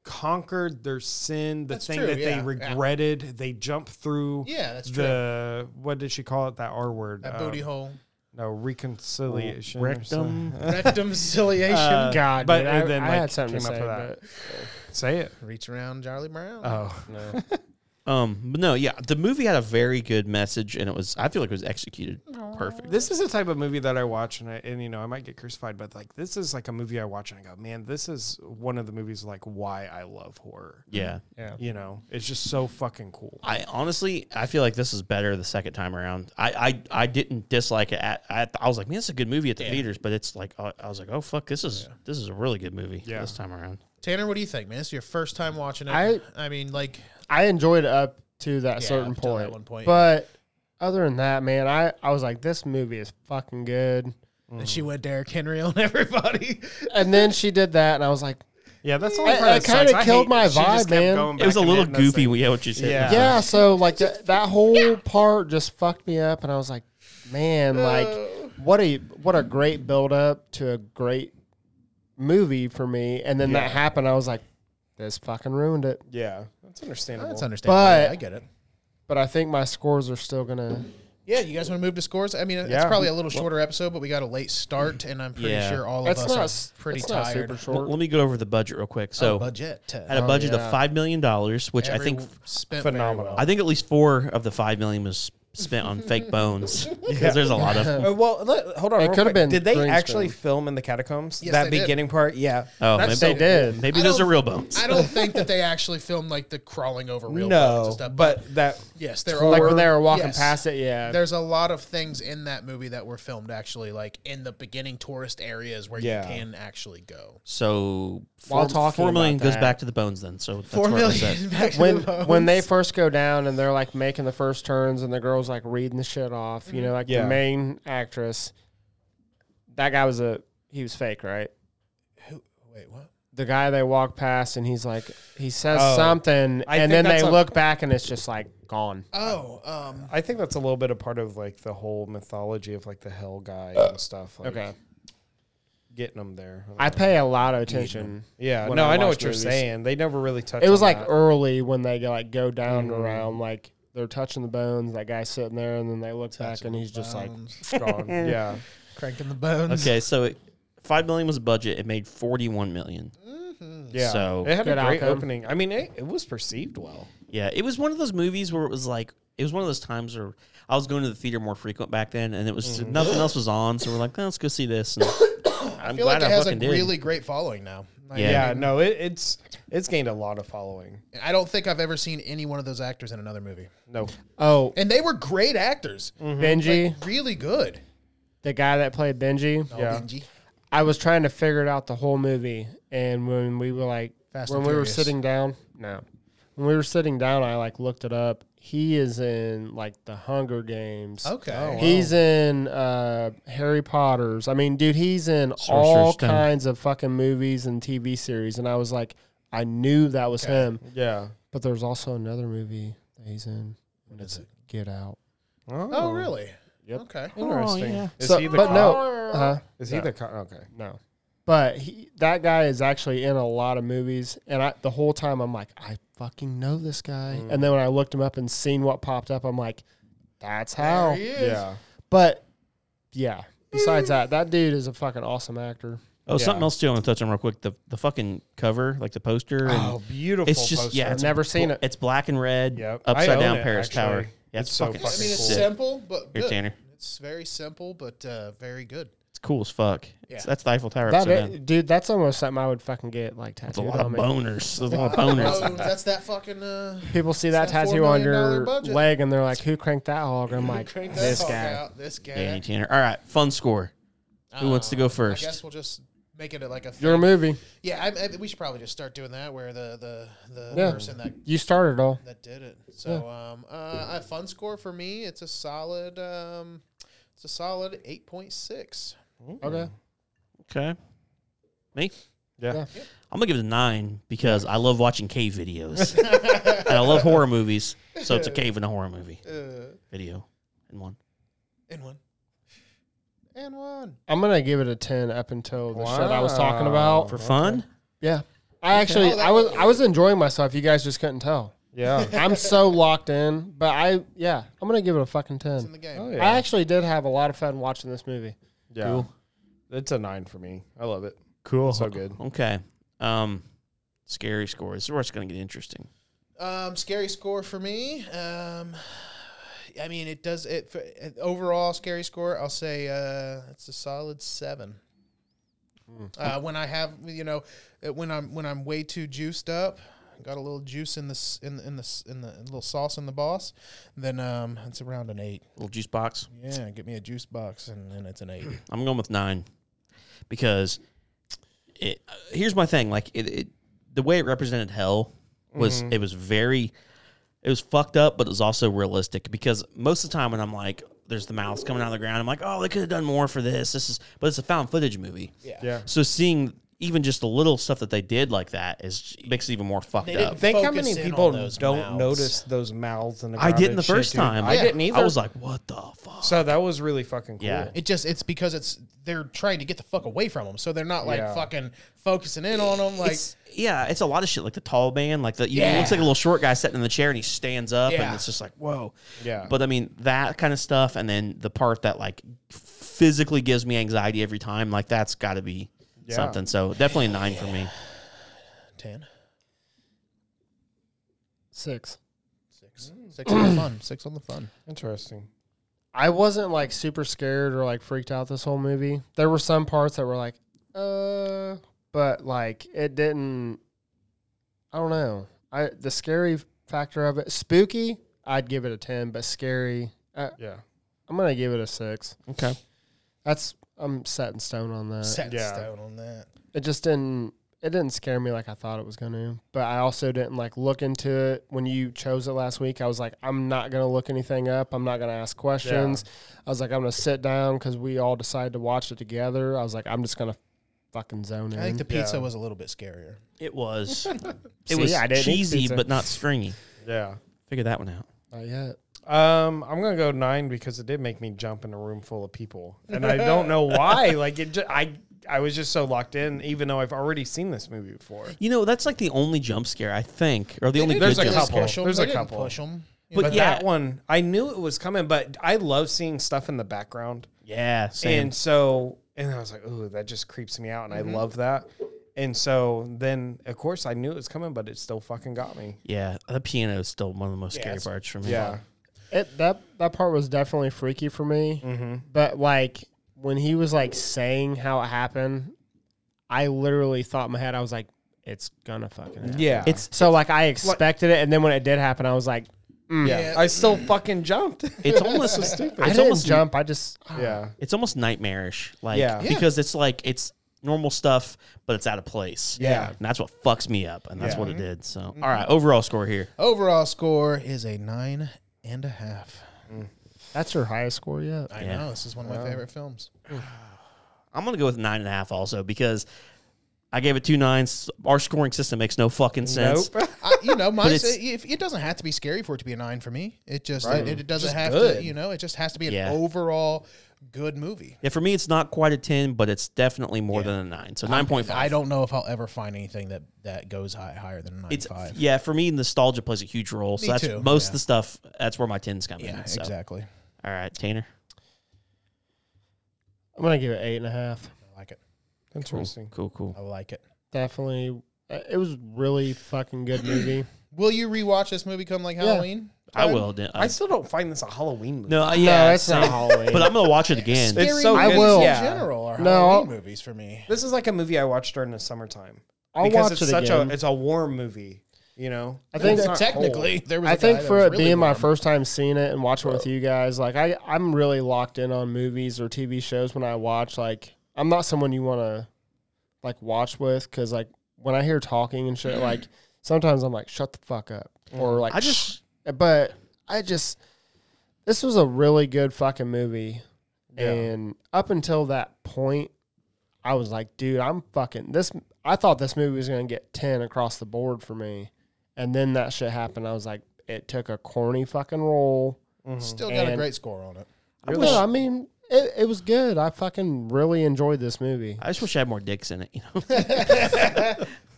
Speaker 4: conquered their sin, the
Speaker 3: That's
Speaker 4: thing
Speaker 3: true,
Speaker 4: that
Speaker 3: yeah,
Speaker 4: they
Speaker 3: yeah.
Speaker 4: regretted. They jumped through.
Speaker 3: Yeah, that's true.
Speaker 4: the what did she call it? That R word.
Speaker 3: that
Speaker 4: um,
Speaker 3: booty hole,
Speaker 4: No reconciliation. or something.
Speaker 2: Rectum.
Speaker 3: rectumciliation,
Speaker 4: Uh,
Speaker 5: God,
Speaker 4: but
Speaker 5: dude,
Speaker 4: and
Speaker 5: I,
Speaker 4: then
Speaker 5: I
Speaker 4: like
Speaker 5: had something to
Speaker 4: came
Speaker 5: say.
Speaker 4: up with Say it.
Speaker 3: reach around Charlie Brown.
Speaker 4: Oh,
Speaker 2: Um, but no, yeah, the movie had a very good message, and it was I feel like it was executed perfect.
Speaker 4: this is the type of movie that I watch, and I, and you know I might get crucified, but like this is like a movie I watch and I go, man, this is one of the movies like why I love horror.
Speaker 2: Yeah,
Speaker 5: Yeah.
Speaker 4: You know, it's just so fucking cool.
Speaker 2: I honestly, I feel like this is better the second time around. I, I, I didn't dislike it. At, at I was like, man, it's a good movie at the theaters, but it's like, uh, I was like, oh fuck, this is this is a really good movie
Speaker 4: Yeah.
Speaker 2: this time around.
Speaker 3: Tanner, what do you think, man? This is your first time watching it.
Speaker 5: I-
Speaker 3: I mean, like
Speaker 5: I enjoyed it up to that
Speaker 3: Yeah,
Speaker 5: certain
Speaker 3: up till that
Speaker 5: point.
Speaker 3: one point,
Speaker 5: But other than that, man, I, I was like, this movie is fucking good.
Speaker 3: and
Speaker 4: Mm.
Speaker 3: she went Derrick Henry on everybody.
Speaker 5: And then she did that, and I was like,
Speaker 4: Yeah, that's the only
Speaker 5: I-
Speaker 4: part
Speaker 5: I
Speaker 4: that
Speaker 5: kinda
Speaker 4: sucks. I
Speaker 5: killed
Speaker 4: hate-
Speaker 5: my
Speaker 4: she just
Speaker 5: vibe,
Speaker 4: kept
Speaker 5: man.
Speaker 4: going
Speaker 2: It was a
Speaker 4: back and
Speaker 2: little
Speaker 4: hitting those
Speaker 2: goofy.
Speaker 4: things.
Speaker 2: Yeah, what you said.
Speaker 4: Yeah.
Speaker 5: yeah. So like that that whole part just fucked me up, and I was like, man, like what a what a great build up to a great movie for me. And then that happened, I was like, this fucking ruined it.
Speaker 4: Yeah, that's understandable.
Speaker 3: That's understandable.
Speaker 5: But-
Speaker 3: yeah, I get it.
Speaker 5: But I think my scores are still gonna.
Speaker 3: Yeah, you guys want to move to scores? I mean, it's
Speaker 4: Yeah.
Speaker 3: probably a little shorter episode, but we got a late start, and I'm pretty
Speaker 2: Yeah.
Speaker 3: sure all of
Speaker 5: That's
Speaker 3: us
Speaker 5: not s-
Speaker 3: are pretty
Speaker 5: that's not
Speaker 3: tired.
Speaker 5: super
Speaker 2: Well,
Speaker 5: short.
Speaker 2: let me go over the budget real quick. So,
Speaker 3: budget.
Speaker 2: had a
Speaker 5: Oh,
Speaker 2: budget
Speaker 5: yeah.
Speaker 2: of five million dollars, which I think,
Speaker 3: spent
Speaker 4: phenomenal.
Speaker 3: phenomenal.
Speaker 2: I think at least four of the five million was spent on fake bones because there's a lot of. Them.
Speaker 4: Uh, well, let, hold on.
Speaker 5: It
Speaker 4: real
Speaker 5: could've
Speaker 4: quick.
Speaker 5: been
Speaker 4: Did they
Speaker 5: green
Speaker 4: actually
Speaker 5: screen.
Speaker 4: film in the catacombs?
Speaker 3: Yes,
Speaker 4: that
Speaker 3: they did.
Speaker 4: beginning part. Yeah.
Speaker 2: Oh,
Speaker 4: That's
Speaker 2: maybe
Speaker 5: They
Speaker 4: so
Speaker 5: did.
Speaker 2: Maybe
Speaker 3: I
Speaker 2: those are
Speaker 3: don't-
Speaker 2: real bones.
Speaker 3: I don't think that they actually filmed like the crawling over real bones and
Speaker 4: No,
Speaker 3: stuff.
Speaker 4: but that
Speaker 3: yes, there
Speaker 5: Like
Speaker 3: are
Speaker 5: when they were walking
Speaker 3: yes.
Speaker 5: past it, yeah.
Speaker 3: There's a lot of things in that movie that were filmed actually, like in the beginning tourist areas where
Speaker 4: Yeah.
Speaker 3: you can actually go.
Speaker 2: So
Speaker 5: While
Speaker 2: four,
Speaker 5: talking
Speaker 2: four million
Speaker 5: about
Speaker 2: goes
Speaker 5: that-
Speaker 2: back to the bones then. So that's
Speaker 3: Four
Speaker 2: where it was at.
Speaker 3: million. back to
Speaker 5: when
Speaker 3: the bones.
Speaker 5: when they first go down and they're like making the first turns and the girls like reading the shit off, you know, like
Speaker 4: Mm-hmm. Yeah.
Speaker 5: the main actress. That guy was a he was fake, right?
Speaker 3: wait, what?
Speaker 5: The guy they walk past and he's like he says
Speaker 4: Oh.
Speaker 5: something
Speaker 4: I think
Speaker 5: and then they
Speaker 4: that's a-
Speaker 5: look back and it's just like gone.
Speaker 3: Oh, um,
Speaker 4: I think that's a little bit of part of like the whole mythology of like the hell guy and stuff. Like,
Speaker 5: Okay.
Speaker 4: getting them there.
Speaker 5: I pay a lot of attention.
Speaker 4: yeah,
Speaker 5: when
Speaker 4: no, I,
Speaker 5: I
Speaker 4: know
Speaker 5: watch
Speaker 4: what you're
Speaker 5: movies.
Speaker 4: saying. They never really touched.
Speaker 5: It was
Speaker 4: on
Speaker 5: like
Speaker 4: that.
Speaker 5: early when they go, like go down
Speaker 4: Mm-hmm.
Speaker 5: and around like they're touching the bones, that guy's sitting there and then they look back and he's just like
Speaker 3: bones,
Speaker 4: Gone. yeah,
Speaker 3: cranking the bones.
Speaker 2: Okay, so it, five million was the budget. It made forty-one million.
Speaker 4: yeah.
Speaker 2: So-
Speaker 4: it had a
Speaker 5: Good
Speaker 4: great
Speaker 5: outcome.
Speaker 4: opening. I mean, it, it was perceived well.
Speaker 2: Yeah, it was one of those movies where it was like it was one of those times where I "Eh, was going to the theater more frequent back then, and it was nothing else was on, so we're like, "Oh, let's go see this. And I'm
Speaker 3: I feel
Speaker 2: glad
Speaker 3: like it
Speaker 2: I
Speaker 3: has a
Speaker 2: fucking did.
Speaker 3: really great following now. Like,
Speaker 2: Yeah.
Speaker 4: Yeah, no, it, it's it's gained a lot of following.
Speaker 3: I don't think I've ever seen any one of those actors in another movie,
Speaker 4: No,
Speaker 5: Oh,
Speaker 3: and they were great actors,
Speaker 2: Mm-hmm.
Speaker 5: Benji,
Speaker 3: really good. Oh,
Speaker 5: the guy that played Benji.
Speaker 4: yeah,
Speaker 3: Benji.
Speaker 5: I was trying to figure it out the whole movie, and when we were like,
Speaker 3: Fast
Speaker 5: when
Speaker 3: and
Speaker 5: we were
Speaker 3: Furious.
Speaker 5: sitting down, no, when we were sitting down, I like looked it up. He is in like the Hunger Games.
Speaker 3: Okay. Oh,
Speaker 2: Oh,
Speaker 5: He's in uh, Harry Potter's. I mean, dude, he's in
Speaker 2: Sorcerer's
Speaker 5: all
Speaker 2: Stone.
Speaker 5: kinds of fucking movies and TV series. And I was like, I knew that was him.
Speaker 4: yeah.
Speaker 5: But there's also another movie that he's in. What is it? Get Out.
Speaker 4: Oh,
Speaker 3: Oh, really?
Speaker 5: Yep.
Speaker 3: Okay.
Speaker 4: Interesting.
Speaker 2: Oh, yeah.
Speaker 4: Is
Speaker 5: So-
Speaker 4: he the
Speaker 5: but
Speaker 4: cop?
Speaker 5: no, uh,
Speaker 4: Is he the cop? Okay.
Speaker 5: No. But he, that guy is actually in a lot of movies, and I, the whole time I'm like, I fucking know this guy.
Speaker 3: Mm.
Speaker 5: And then when I looked him up and seen what popped up, I'm like, that's how.
Speaker 3: There he is.
Speaker 4: Yeah.
Speaker 5: But yeah, besides that, that dude is a fucking awesome actor.
Speaker 2: Oh, something else too. I want to touch on real quick. The the fucking cover, like the poster. And
Speaker 4: Oh, beautiful.
Speaker 2: it's just
Speaker 4: poster.
Speaker 2: yeah.
Speaker 5: I've
Speaker 2: It's
Speaker 5: never seen it.
Speaker 2: It's black and red.
Speaker 4: Yep. I
Speaker 2: Upside
Speaker 4: own
Speaker 2: down
Speaker 4: it,
Speaker 2: Paris
Speaker 4: actually.
Speaker 2: Tower. Yeah, it's,
Speaker 4: It's so
Speaker 2: fucking.
Speaker 3: I mean, it's
Speaker 2: sick.
Speaker 3: simple, but
Speaker 2: Here,
Speaker 3: good.
Speaker 2: Tanner.
Speaker 3: It's very simple, but uh, very good.
Speaker 2: It's cool as fuck.
Speaker 3: Yeah.
Speaker 2: That's the Eiffel Tower
Speaker 5: That
Speaker 2: upside
Speaker 5: i-
Speaker 2: down.
Speaker 5: dude, that's almost something I would fucking get like
Speaker 2: It's a
Speaker 5: tattooed
Speaker 2: lot of
Speaker 5: on me.
Speaker 2: boners. There's a lot of
Speaker 3: Oh,
Speaker 2: boners.
Speaker 3: that's that fucking. Uh,
Speaker 5: People see that
Speaker 3: It's that
Speaker 5: tattoo
Speaker 3: $4
Speaker 5: on
Speaker 3: million
Speaker 5: your
Speaker 3: budget.
Speaker 5: leg and they're like, "Who cranked that hog?" I'm like,
Speaker 3: crank that
Speaker 5: "This
Speaker 3: fuck
Speaker 5: guy."
Speaker 3: out, This guy. Uh,
Speaker 2: Danny Tanner. All right, fun score. Who wants to go
Speaker 3: I guess
Speaker 2: first?
Speaker 3: we'll just make it like a. Thing.
Speaker 5: Your movie.
Speaker 3: yeah, I, I, we should probably just start doing that where the the the
Speaker 5: Yeah.
Speaker 3: person that
Speaker 5: You started all.
Speaker 3: that did it. So um, uh, a fun score for me. It's a solid. Um, it's a solid eight point six.
Speaker 5: Okay.
Speaker 2: Okay. Me?
Speaker 4: Yeah.
Speaker 5: Yeah.
Speaker 2: I'm gonna give it a nine because I love watching cave videos and I love horror movies. So it's a cave and a horror movie
Speaker 3: Uh,
Speaker 2: video in one.
Speaker 3: and one. And one.
Speaker 5: I'm gonna give it a ten up until the shit I was talking about.
Speaker 2: For fun?
Speaker 5: Yeah. I actually
Speaker 3: Oh, that-
Speaker 5: I was I was enjoying myself. You guys just couldn't tell.
Speaker 4: Yeah.
Speaker 5: I'm so locked in, but I yeah, I'm gonna give it a fucking
Speaker 3: It's in the
Speaker 5: ten.
Speaker 3: game.
Speaker 4: Oh
Speaker 5: I
Speaker 4: yeah.
Speaker 5: actually did have a lot of fun watching this movie.
Speaker 4: yeah. It's a nine for me. I love it.
Speaker 2: Cool.
Speaker 4: So good.
Speaker 2: Okay. Um scary score. This is where it's gonna get interesting.
Speaker 3: Um, scary score for me. Um, I mean, it does it for, uh, overall scary score. I'll say uh, it's a solid seven. Uh, when I have you know, uh, when I'm when I'm way too juiced up, got a little juice in the s- in the in the s- in the a little sauce in the boss, then um, it's around an eight.
Speaker 2: Little juice box.
Speaker 3: Yeah, get me a juice box and then it's an eight.
Speaker 2: I'm going with nine because it. uh, here's my thing: like it, it the way it represented hell was it was very, it was fucked up, but it was also realistic because most of the time when I'm like, there's the mouths coming out of the ground, I'm like, oh, they could have done more for this. This is, but it's a found footage movie.
Speaker 3: Yeah.
Speaker 4: Yeah.
Speaker 2: So seeing even just the little stuff that they did like that is makes it even more fucked
Speaker 3: didn't
Speaker 2: up.
Speaker 3: fa-
Speaker 4: Think how
Speaker 3: Focus
Speaker 4: many
Speaker 3: in
Speaker 4: people
Speaker 3: on those
Speaker 4: don't
Speaker 3: mouths.
Speaker 4: notice those mouths in the
Speaker 2: I
Speaker 4: ground
Speaker 2: didn't
Speaker 4: and
Speaker 2: the
Speaker 4: shit,
Speaker 2: first
Speaker 4: dude.
Speaker 2: time.
Speaker 4: I didn't either.
Speaker 2: I was like, what the fuck?
Speaker 4: so that was really fucking cool.
Speaker 2: Yeah.
Speaker 3: It just it's because it's they're trying to get the fuck away from them, so they're not like
Speaker 4: Yeah.
Speaker 3: fucking focusing in on them. Like
Speaker 2: it's yeah, it's a lot of shit. Like the tall man, like the you know, it looks
Speaker 3: Yeah.
Speaker 2: like a little short guy sitting in the chair and he stands up,
Speaker 3: Yeah.
Speaker 2: and it's just like whoa.
Speaker 4: Yeah.
Speaker 2: But I mean that kind of stuff, and then the part that like physically gives me anxiety every time, like that's got to be
Speaker 4: Yeah.
Speaker 2: something. So definitely a nine for me.
Speaker 3: ten.
Speaker 5: Six.
Speaker 3: Six. Six on the fun. Six on the fun.
Speaker 4: Interesting.
Speaker 5: I wasn't like super scared or like freaked out this whole movie. There were some parts that were like, uh, but like it didn't. I don't know. I the scary factor of it, spooky. I'd give it a ten, but scary. Uh,
Speaker 4: Yeah.
Speaker 5: I'm gonna give it a six.
Speaker 2: Okay,
Speaker 5: That's I'm set in stone on that.
Speaker 3: Set in
Speaker 4: yeah.
Speaker 3: stone on that.
Speaker 5: It just didn't. It didn't scare me like I thought it was gonna. But I also didn't like look into it when you chose it last week. I was like, I'm not gonna look anything up. I'm not gonna ask questions. I was like, I'm gonna sit down because we all decided to watch it together. I was like, I'm just gonna fucking zone in.
Speaker 3: I think the pizza
Speaker 4: Mm-hmm. Yeah.
Speaker 3: was a little bit scarier.
Speaker 2: it was it
Speaker 5: See,
Speaker 2: was
Speaker 5: I didn't eat
Speaker 2: cheesy
Speaker 5: pizza.
Speaker 2: but not stringy.
Speaker 4: Yeah.
Speaker 2: Figure that one out.
Speaker 5: not yet.
Speaker 4: Um, I'm gonna go nine because it did make me jump in a room full of people, and I don't know why. Like it, just, I I was just so locked in, even though I've already seen this movie before.
Speaker 2: You know, that's like the only jump scare I think, or the only good
Speaker 4: There's a
Speaker 2: jump
Speaker 4: couple.
Speaker 2: scare.
Speaker 3: Push 'em.
Speaker 4: There's
Speaker 3: They
Speaker 4: a
Speaker 3: didn't
Speaker 4: couple.
Speaker 3: Push 'em.
Speaker 2: But,
Speaker 4: But
Speaker 2: yeah,
Speaker 4: that one, I knew it was coming, but I love seeing stuff in the background,
Speaker 2: yeah, same.
Speaker 4: and so and I was like, oh, that just creeps me out, and I love that. And so then, of course, I knew it was coming, but it still fucking got me.
Speaker 2: yeah, the piano is still one of the most scary
Speaker 3: it's-
Speaker 2: parts for me.
Speaker 4: Yeah,
Speaker 5: It that that part was definitely freaky for me. But like when he was like saying how it happened, I literally thought in my head, I was like, it's gonna fucking happen.
Speaker 4: Yeah.
Speaker 2: It's
Speaker 5: So like I expected it, and then when it did happen, I was like,
Speaker 4: yeah. I still fucking jumped.
Speaker 2: it's almost
Speaker 4: stupid.
Speaker 5: I
Speaker 2: It's
Speaker 5: didn't
Speaker 2: almost
Speaker 5: jump. I just
Speaker 4: yeah.
Speaker 2: it's almost nightmarish. Like
Speaker 4: Yeah. Yeah.
Speaker 2: because it's like it's normal stuff, but it's out of place.
Speaker 4: Yeah.
Speaker 2: And that's what fucks me up. And that's what it did. So all right, overall score here.
Speaker 3: Overall score is a nine and a half.
Speaker 5: that's your highest score yet.
Speaker 3: I
Speaker 2: Yeah.
Speaker 3: know this is one of my favorite films.
Speaker 2: I'm gonna go with nine and a half also because I gave it two nines. Our scoring system makes no fucking sense.
Speaker 4: Nope.
Speaker 3: I, you know, my,
Speaker 2: it's-
Speaker 3: if, it doesn't have to be scary for it to be a nine for me. It just it, it doesn't
Speaker 4: Just
Speaker 3: have to.
Speaker 4: good.
Speaker 3: You know, it just has to be an
Speaker 2: Yeah.
Speaker 3: overall good movie.
Speaker 2: Yeah, for me it's not quite a ten, but it's definitely more than a nine. So nine point five.
Speaker 3: I don't know if I'll ever find anything that that goes high, higher than a nine
Speaker 2: It's
Speaker 3: five.
Speaker 2: yeah, for me nostalgia plays a huge role. So
Speaker 3: Me
Speaker 2: that's
Speaker 3: too,
Speaker 2: most
Speaker 3: yeah.
Speaker 2: of the stuff. That's where my tens come
Speaker 3: Yeah,
Speaker 2: in. So.
Speaker 3: exactly.
Speaker 2: All right, Tanner.
Speaker 5: I'm gonna give it eight and a half.
Speaker 3: I like it.
Speaker 4: Interesting.
Speaker 2: Cool, cool.
Speaker 3: I like it.
Speaker 5: Definitely, uh, it was really fucking good movie.
Speaker 3: Will you rewatch this movie come like Halloween?
Speaker 2: I will. then. I-
Speaker 4: I still don't find this a Halloween movie.
Speaker 2: no, I- yeah,
Speaker 5: no, it's not
Speaker 2: same.
Speaker 5: Halloween.
Speaker 2: But I'm gonna watch it again.
Speaker 4: It's so
Speaker 5: I
Speaker 4: good.
Speaker 5: will.
Speaker 3: In
Speaker 4: Yeah.
Speaker 3: general, are
Speaker 5: No,
Speaker 3: Halloween
Speaker 5: I'll-
Speaker 3: movies for me.
Speaker 4: This is like a movie I watched during the summertime.
Speaker 5: I'll
Speaker 4: because
Speaker 5: watch
Speaker 4: it's
Speaker 5: it
Speaker 4: such
Speaker 5: again.
Speaker 4: a it's a warm movie, you know.
Speaker 5: I think
Speaker 4: It's not
Speaker 3: Technically, there was.
Speaker 5: I
Speaker 3: a
Speaker 5: think
Speaker 3: guy that
Speaker 5: for
Speaker 3: was
Speaker 5: it
Speaker 3: really
Speaker 5: being my
Speaker 3: warm.
Speaker 5: first time seeing it and watching it with you guys, like I, I'm really locked in on movies or TV shows when I watch. Like I'm not someone you want to like watch with because like when I hear talking and shit, like sometimes I'm like shut the fuck up or like
Speaker 2: I just-
Speaker 5: "Shh." but I just this was a really good fucking movie, and up until that point, I was like, dude, I'm fucking this. I thought this movie was gonna get ten across the board for me, and then that shit happened. I was like, it took a corny fucking roll.
Speaker 2: Mm,
Speaker 3: Still got a
Speaker 5: And-
Speaker 3: great score on it.
Speaker 2: I
Speaker 5: No,
Speaker 2: wish-
Speaker 5: I mean, it, it was good. I fucking really enjoyed this movie.
Speaker 2: I just wish I had more dicks in it. You know,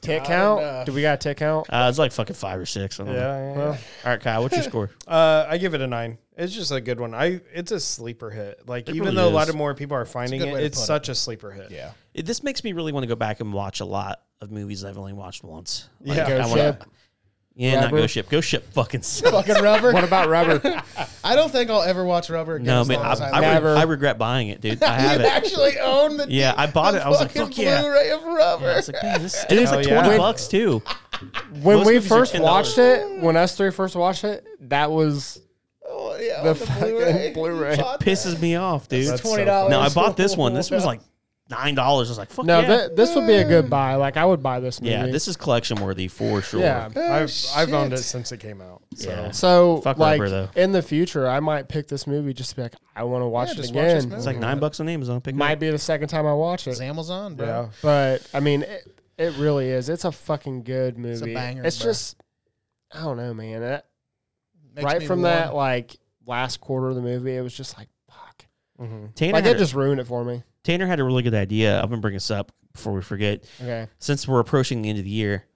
Speaker 5: Tick count? Do we got a tick count?
Speaker 2: uh, it's like fucking five or six. I don't
Speaker 4: Yeah,
Speaker 2: know.
Speaker 4: yeah, yeah.
Speaker 2: All right, Kyle, what's your score?
Speaker 4: Uh, I give it a nine. It's just a good one. I it's a sleeper hit. Like even
Speaker 2: really
Speaker 4: though a lot
Speaker 2: is.
Speaker 4: of more people are finding
Speaker 3: good
Speaker 4: it,
Speaker 3: way to
Speaker 4: it's
Speaker 3: put it.
Speaker 4: such a sleeper hit.
Speaker 3: Yeah.
Speaker 2: It- this makes me really want to go back and watch a lot of movies I've only watched once. Like,
Speaker 4: Yeah.
Speaker 2: I
Speaker 5: Go
Speaker 2: wanna-
Speaker 5: ship.
Speaker 2: yeah, not
Speaker 5: Rubber.
Speaker 2: go ship. Go ship fucking. sucks.
Speaker 3: Fucking rubber.
Speaker 5: What about rubber?
Speaker 3: I don't think I'll ever watch rubber again.
Speaker 2: no,
Speaker 3: as
Speaker 2: man,
Speaker 3: long
Speaker 2: I,
Speaker 3: as I,
Speaker 2: I,
Speaker 3: live.
Speaker 2: re-
Speaker 5: Never.
Speaker 2: I regret buying it, dude. I have
Speaker 3: you
Speaker 2: it.
Speaker 3: actually own the
Speaker 2: Yeah, I bought
Speaker 3: the
Speaker 2: it. I was like,
Speaker 3: fucking
Speaker 2: fuck yeah.
Speaker 3: Blu-ray of rubber.
Speaker 2: I was like, man, this, and it's
Speaker 4: Hell
Speaker 2: like
Speaker 4: yeah.
Speaker 2: twenty
Speaker 4: When-
Speaker 2: bucks too.
Speaker 5: When
Speaker 2: Most
Speaker 5: we
Speaker 2: movies are
Speaker 5: first
Speaker 2: $10.
Speaker 5: watched it, when us three first watched it, that was
Speaker 3: oh, yeah,
Speaker 5: the
Speaker 3: on the
Speaker 5: fucking
Speaker 3: Blu-ray.
Speaker 5: Blu-ray.
Speaker 3: You bought
Speaker 2: Pisses me off, dude.
Speaker 4: That's so
Speaker 3: $20.
Speaker 4: funny.
Speaker 2: No, I bought this one. This was like nine dollars. I was like, fuck
Speaker 5: no.
Speaker 2: yeah.
Speaker 5: thi- this would be a good buy. Like I would buy this movie.
Speaker 2: yeah, this is collection worthy for sure.
Speaker 5: Yeah.
Speaker 4: I've I've owned it
Speaker 3: shit.
Speaker 4: since it came out. So
Speaker 2: Yeah.
Speaker 5: So
Speaker 2: Fuck
Speaker 5: like
Speaker 2: rubber, though.
Speaker 5: in the future, I might pick this movie just to be like, I want to watch
Speaker 3: Yeah,
Speaker 5: it
Speaker 3: just watch this
Speaker 5: again.
Speaker 3: movie.
Speaker 2: It's like nine bucks on Amazon. Pick it
Speaker 5: might
Speaker 2: up.
Speaker 5: be the second time I watch it.
Speaker 3: It's Amazon, bro.
Speaker 4: yeah.
Speaker 5: But I mean, it, it really is. It's a fucking good movie. It's,
Speaker 3: a banger, bro.
Speaker 5: just, I don't know, man. It-
Speaker 3: Makes
Speaker 5: right
Speaker 3: me
Speaker 5: from
Speaker 3: warm.
Speaker 5: that like last quarter of the movie, it was just like fuck.
Speaker 2: Tanner,
Speaker 5: Like
Speaker 2: had
Speaker 5: it
Speaker 2: a-
Speaker 5: just ruined it for me.
Speaker 2: Tanner had a really good idea. I'm gonna bring this up before we forget.
Speaker 5: Okay.
Speaker 2: Since we're approaching the end of the year,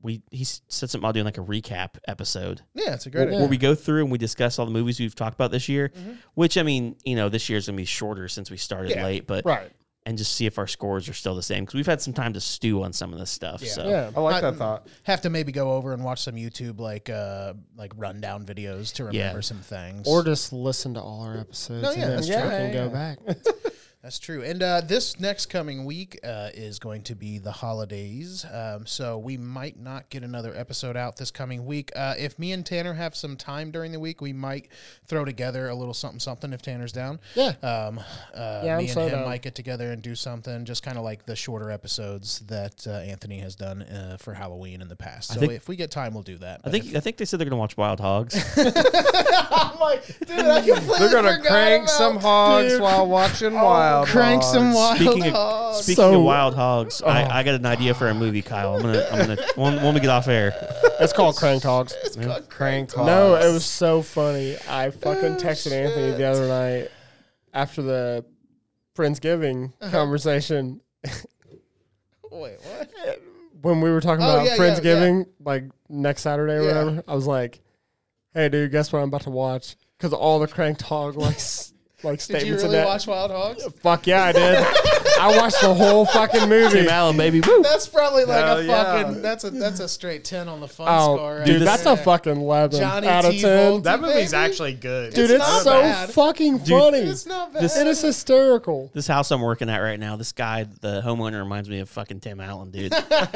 Speaker 2: we he s- said something about doing like a recap episode
Speaker 3: Yeah, it's a great.
Speaker 2: where
Speaker 3: idea.
Speaker 2: we go through and we discuss all the movies we've talked about this year. Which I mean, you know, this year's gonna be shorter since we started
Speaker 3: Yeah.
Speaker 2: late, but
Speaker 5: Right.
Speaker 2: and just see if our scores are still the same because we've had some time to stew on some of this stuff.
Speaker 3: Oh.
Speaker 2: So
Speaker 5: Yeah.
Speaker 4: I like
Speaker 3: I-
Speaker 4: that thought.
Speaker 3: Have to maybe go over and watch some YouTube like uh like rundown videos to remember some things.
Speaker 5: Or just listen to all our episodes
Speaker 3: No,
Speaker 5: and
Speaker 3: yeah,
Speaker 5: then
Speaker 3: that's
Speaker 5: freaking
Speaker 3: true.
Speaker 5: go back.
Speaker 3: That's true. And uh, this next coming week uh, is going to be the holidays. Um, so we might not get another episode out this coming week. Uh, if me and Tanner have some time during the week, we might throw together a little something something if Tanner's down.
Speaker 5: Yeah.
Speaker 3: Um, uh,
Speaker 5: Yeah, I'm
Speaker 3: me and
Speaker 5: so
Speaker 3: him
Speaker 5: down.
Speaker 3: might get together and do something, just kind of like the shorter episodes that uh, Anthony has done uh, for Halloween in the past. So
Speaker 2: think-
Speaker 3: if we get time, we'll do that.
Speaker 2: I think I think they said they're gonna watch Wild Hogs.
Speaker 3: I'm like, dude, I completely
Speaker 4: They're gonna crank some hogs while watching Wild.
Speaker 3: Oh, crank some
Speaker 4: Hogs.
Speaker 3: wild
Speaker 2: Speaking of,
Speaker 3: hogs. Oh.
Speaker 2: speaking
Speaker 5: So-
Speaker 2: of wild hogs, I, I got an idea for a movie, Kyle. I'm gonna, I'm gonna when, when we get off air,
Speaker 5: It's called Crank Talks.
Speaker 4: crank hogs.
Speaker 5: No, it was so funny. I
Speaker 3: Oh,
Speaker 5: fucking texted Anthony the other night after the Friendsgiving
Speaker 3: Uh-huh.
Speaker 5: conversation
Speaker 3: Wait, what?
Speaker 5: when we were talking about
Speaker 3: Oh, yeah, yeah, yeah.
Speaker 5: Friendsgiving, like next Saturday or
Speaker 3: Yeah.
Speaker 5: whatever. I was like, "Hey, dude, guess what I'm about to watch?" Because all the cranked hog like s- like
Speaker 3: Did
Speaker 5: statements
Speaker 3: you
Speaker 5: in
Speaker 3: really
Speaker 5: that.
Speaker 3: watch Wild Hogs?
Speaker 5: Fuck yeah, I did. I watched the whole fucking movie.
Speaker 2: Tim Allen, baby. Woo.
Speaker 3: That's probably like
Speaker 4: Hell
Speaker 3: a
Speaker 4: yeah.
Speaker 3: fucking. That's a that's a straight ten on the fun score.
Speaker 5: Oh,
Speaker 3: Right
Speaker 5: dude,
Speaker 3: there.
Speaker 5: that's a fucking eleven
Speaker 3: Johnny
Speaker 5: out of
Speaker 3: T.
Speaker 5: ten.
Speaker 3: Volt.
Speaker 4: That movie's
Speaker 3: Baby.
Speaker 4: actually good.
Speaker 5: dude,
Speaker 3: It's
Speaker 5: it's,
Speaker 3: not
Speaker 5: so
Speaker 3: bad.
Speaker 5: fucking funny.
Speaker 3: It's not bad.
Speaker 5: it is hysterical.
Speaker 2: This house I'm working at right now, this guy, the homeowner, reminds me of fucking Tim Allen, dude. You know what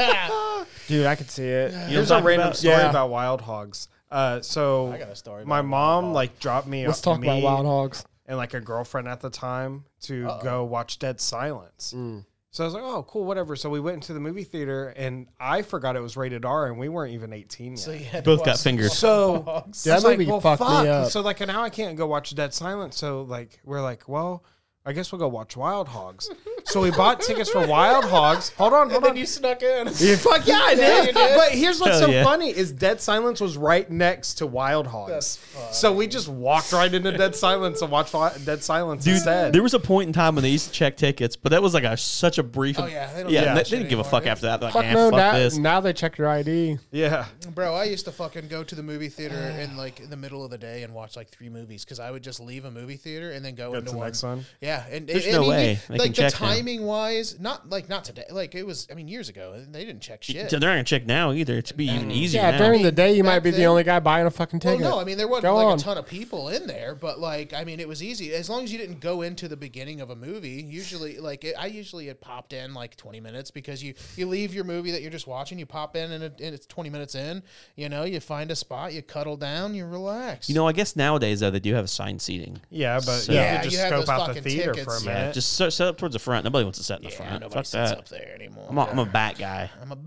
Speaker 5: Dude, I could see it.
Speaker 2: I'm
Speaker 4: Here's a
Speaker 2: talking
Speaker 4: random
Speaker 2: about?
Speaker 4: story
Speaker 5: Yeah.
Speaker 4: about wild hogs. Uh, so
Speaker 3: got a story
Speaker 4: My
Speaker 3: about
Speaker 4: mom like dropped me.
Speaker 5: Let's
Speaker 4: off-
Speaker 5: talk
Speaker 4: me
Speaker 5: about Wild Hogs.
Speaker 4: and like a girlfriend at the time to go watch Dead Silence.
Speaker 3: Mm.
Speaker 4: So I was like, oh, cool, whatever. So we went into the movie theater and I forgot it was rated R and we weren't even 18 yet.
Speaker 3: So
Speaker 4: So,
Speaker 3: you had to
Speaker 2: Both
Speaker 3: watch
Speaker 2: got fingers.
Speaker 4: so
Speaker 5: Yeah,
Speaker 4: I was
Speaker 5: that
Speaker 4: like,
Speaker 5: movie
Speaker 4: well,
Speaker 5: fucked me
Speaker 4: fuck.
Speaker 5: up.
Speaker 4: So like now I can't go watch Dead Silence. So like we're like, well, I guess we'll go watch Wild Hogs. so we bought tickets for Wild Hogs. Hold on, hold
Speaker 3: Then
Speaker 4: on.
Speaker 3: you snuck in.
Speaker 4: Fuck yeah, I
Speaker 3: Yeah,
Speaker 4: did.
Speaker 3: you did.
Speaker 4: But here's what's
Speaker 2: Hell
Speaker 4: so
Speaker 2: yeah.
Speaker 4: funny is Dead Silence was right next to Wild
Speaker 3: That's
Speaker 4: Hogs.
Speaker 3: funny.
Speaker 4: So we just walked right into Dead Silence and watched Wi- Dead Silence instead.
Speaker 2: There was a point in time when they used to check tickets, but that was like a such a brief.
Speaker 3: Oh, yeah, they
Speaker 2: they
Speaker 3: don't
Speaker 2: yeah.
Speaker 3: do
Speaker 2: and
Speaker 3: that
Speaker 2: They, they didn't
Speaker 3: shit
Speaker 2: give a fuck
Speaker 3: anymore.
Speaker 2: after that. They're like,
Speaker 5: Fuck
Speaker 2: "Nah,
Speaker 5: no,
Speaker 2: fuck
Speaker 5: now,
Speaker 2: this.
Speaker 5: now they check your ID.
Speaker 4: Yeah.
Speaker 3: Bro, I used to fucking go to the movie theater in like in the middle of the day and watch like three movies because I would just leave a movie theater and then go into
Speaker 4: the
Speaker 3: one.
Speaker 4: next one?
Speaker 3: Yeah, and
Speaker 2: There's
Speaker 3: and
Speaker 2: no
Speaker 3: you-
Speaker 2: way they
Speaker 3: like
Speaker 2: can
Speaker 3: the
Speaker 2: check now.
Speaker 3: timing wise, not like not today. Like it was, I mean, years ago, and they didn't check shit.
Speaker 2: They're not gonna check now either. It'd be even easier
Speaker 5: Yeah,
Speaker 2: now.
Speaker 5: during the day you
Speaker 3: back
Speaker 5: might be the
Speaker 3: then-
Speaker 5: only guy buying a fucking
Speaker 3: Well,
Speaker 5: ticket.
Speaker 3: no, I mean there wasn't
Speaker 5: Go
Speaker 3: like
Speaker 5: on.
Speaker 3: a ton of people in there, but like I mean it was easy as long as you didn't go into the beginning of a movie. Usually, like it, I usually had popped in like twenty minutes because you you leave your movie that you're just watching, you pop in and, it, and it's twenty minutes in. You know, you find a spot, you cuddle down, you relax.
Speaker 2: you know, I guess nowadays though they do have assigned seating.
Speaker 4: Yeah, but
Speaker 2: So-
Speaker 4: you
Speaker 3: Yeah,
Speaker 4: could just
Speaker 3: you have
Speaker 4: scope
Speaker 3: those
Speaker 4: out the
Speaker 3: fucking
Speaker 4: theater
Speaker 3: tickets.
Speaker 4: for a
Speaker 2: Yeah,
Speaker 4: minute.
Speaker 2: just set, set up towards the front. Nobody wants to sit in the
Speaker 3: yeah,
Speaker 2: front.
Speaker 3: nobody
Speaker 2: Fuck
Speaker 3: sits
Speaker 2: that.
Speaker 3: up there anymore.
Speaker 2: I'm a, I'm a back guy.
Speaker 3: I'm a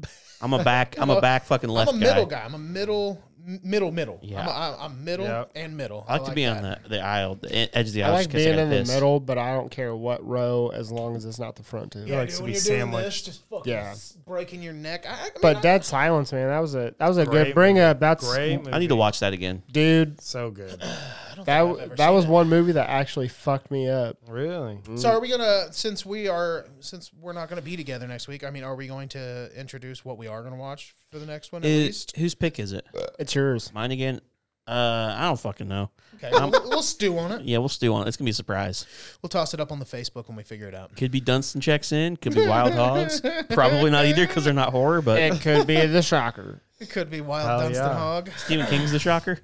Speaker 2: I'm a back. I'm a back fucking
Speaker 3: I'm
Speaker 2: left
Speaker 3: a middle guy. I'm a middle m- middle middle.
Speaker 2: Yeah.
Speaker 3: I'm, a, I'm- I'm middle
Speaker 4: Yep.
Speaker 3: and middle.
Speaker 2: I like, to be on the, the aisle, the e- edge of the
Speaker 5: I
Speaker 2: aisle.
Speaker 5: like
Speaker 2: just 'cause I
Speaker 5: being
Speaker 2: got
Speaker 5: in the
Speaker 2: this.
Speaker 5: middle, but I don't care what row as long as it's not the front two.
Speaker 4: Yeah, likes to
Speaker 3: when
Speaker 4: be
Speaker 3: you're doing
Speaker 4: sandwiched.
Speaker 3: This, just fucking
Speaker 5: Yeah.
Speaker 3: s- breaking your neck. I, I mean,
Speaker 5: But
Speaker 3: I-
Speaker 5: Dead Silence, man, that was a that was a
Speaker 4: Great
Speaker 5: good bring
Speaker 4: movie.
Speaker 5: up. That's
Speaker 4: Great movie.
Speaker 2: I need to watch that again.
Speaker 5: dude.
Speaker 4: So good.
Speaker 5: That that was one movie that actually fucked me up.
Speaker 4: Really?
Speaker 3: So are we gonna since we are since we're not gonna be together next week? I mean, are we going to introduce what we are gonna watch for the next one at
Speaker 2: Is-
Speaker 3: least?
Speaker 2: whose pick is it?
Speaker 5: It's yours.
Speaker 2: Mine again? Uh, I don't fucking know.
Speaker 3: Okay, we'll, we'll stew on it.
Speaker 2: Yeah, we'll stew on it. It's gonna be a surprise.
Speaker 3: We'll toss it up on the Facebook when we figure it out.
Speaker 2: Could be Dunstan checks in. Could be Wild Hogs. Probably not either because they're not horror. But
Speaker 5: It could be the shocker.
Speaker 3: It could be Wild
Speaker 4: Hell
Speaker 3: Dunstan
Speaker 4: yeah.
Speaker 3: Hog.
Speaker 2: Stephen King's the shocker.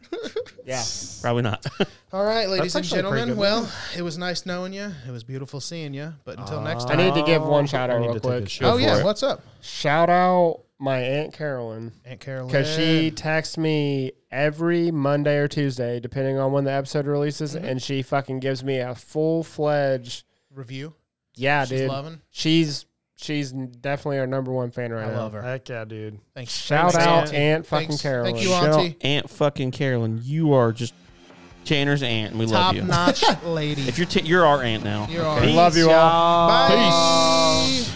Speaker 5: Yeah.
Speaker 2: Probably not.
Speaker 3: All right, ladies and
Speaker 4: actually a pretty
Speaker 3: gentlemen.
Speaker 4: good
Speaker 3: Well, it was nice knowing you. It was beautiful seeing you. But until next
Speaker 5: I
Speaker 3: time.
Speaker 5: need to give one
Speaker 4: Oh,
Speaker 5: shout
Speaker 4: I
Speaker 5: out
Speaker 4: need
Speaker 5: real
Speaker 4: to take a
Speaker 5: quick.
Speaker 4: shit.
Speaker 3: Oh
Speaker 2: Go for
Speaker 3: yeah,
Speaker 2: it.
Speaker 3: what's up,
Speaker 5: Shout out my aunt Carolyn.
Speaker 3: Aunt Carolyn?
Speaker 5: Because she texts me every Monday or Tuesday, depending on when the episode releases,
Speaker 3: Mm-hmm.
Speaker 5: and she fucking gives me a full fledged.
Speaker 3: review.
Speaker 5: Yeah,
Speaker 3: She's
Speaker 5: dude.
Speaker 3: loving?
Speaker 5: She's she's definitely our number one fan right
Speaker 3: I
Speaker 5: now.
Speaker 3: love her.
Speaker 4: Heck yeah, dude.
Speaker 3: Thanks.
Speaker 5: Shout
Speaker 3: Thanks,
Speaker 5: out
Speaker 3: Auntie.
Speaker 5: Aunt fucking
Speaker 3: Thanks.
Speaker 5: Carolyn.
Speaker 3: Thank you,
Speaker 2: Shout out
Speaker 3: Auntie.
Speaker 2: Aunt fucking Carolyn. You are just Tanner's aunt, and we
Speaker 3: Top
Speaker 2: love you.
Speaker 3: notch lady.
Speaker 2: If you're t- you're our aunt now.
Speaker 3: You're all
Speaker 5: Love you all.
Speaker 3: Bye.
Speaker 5: Peace.
Speaker 3: Peace.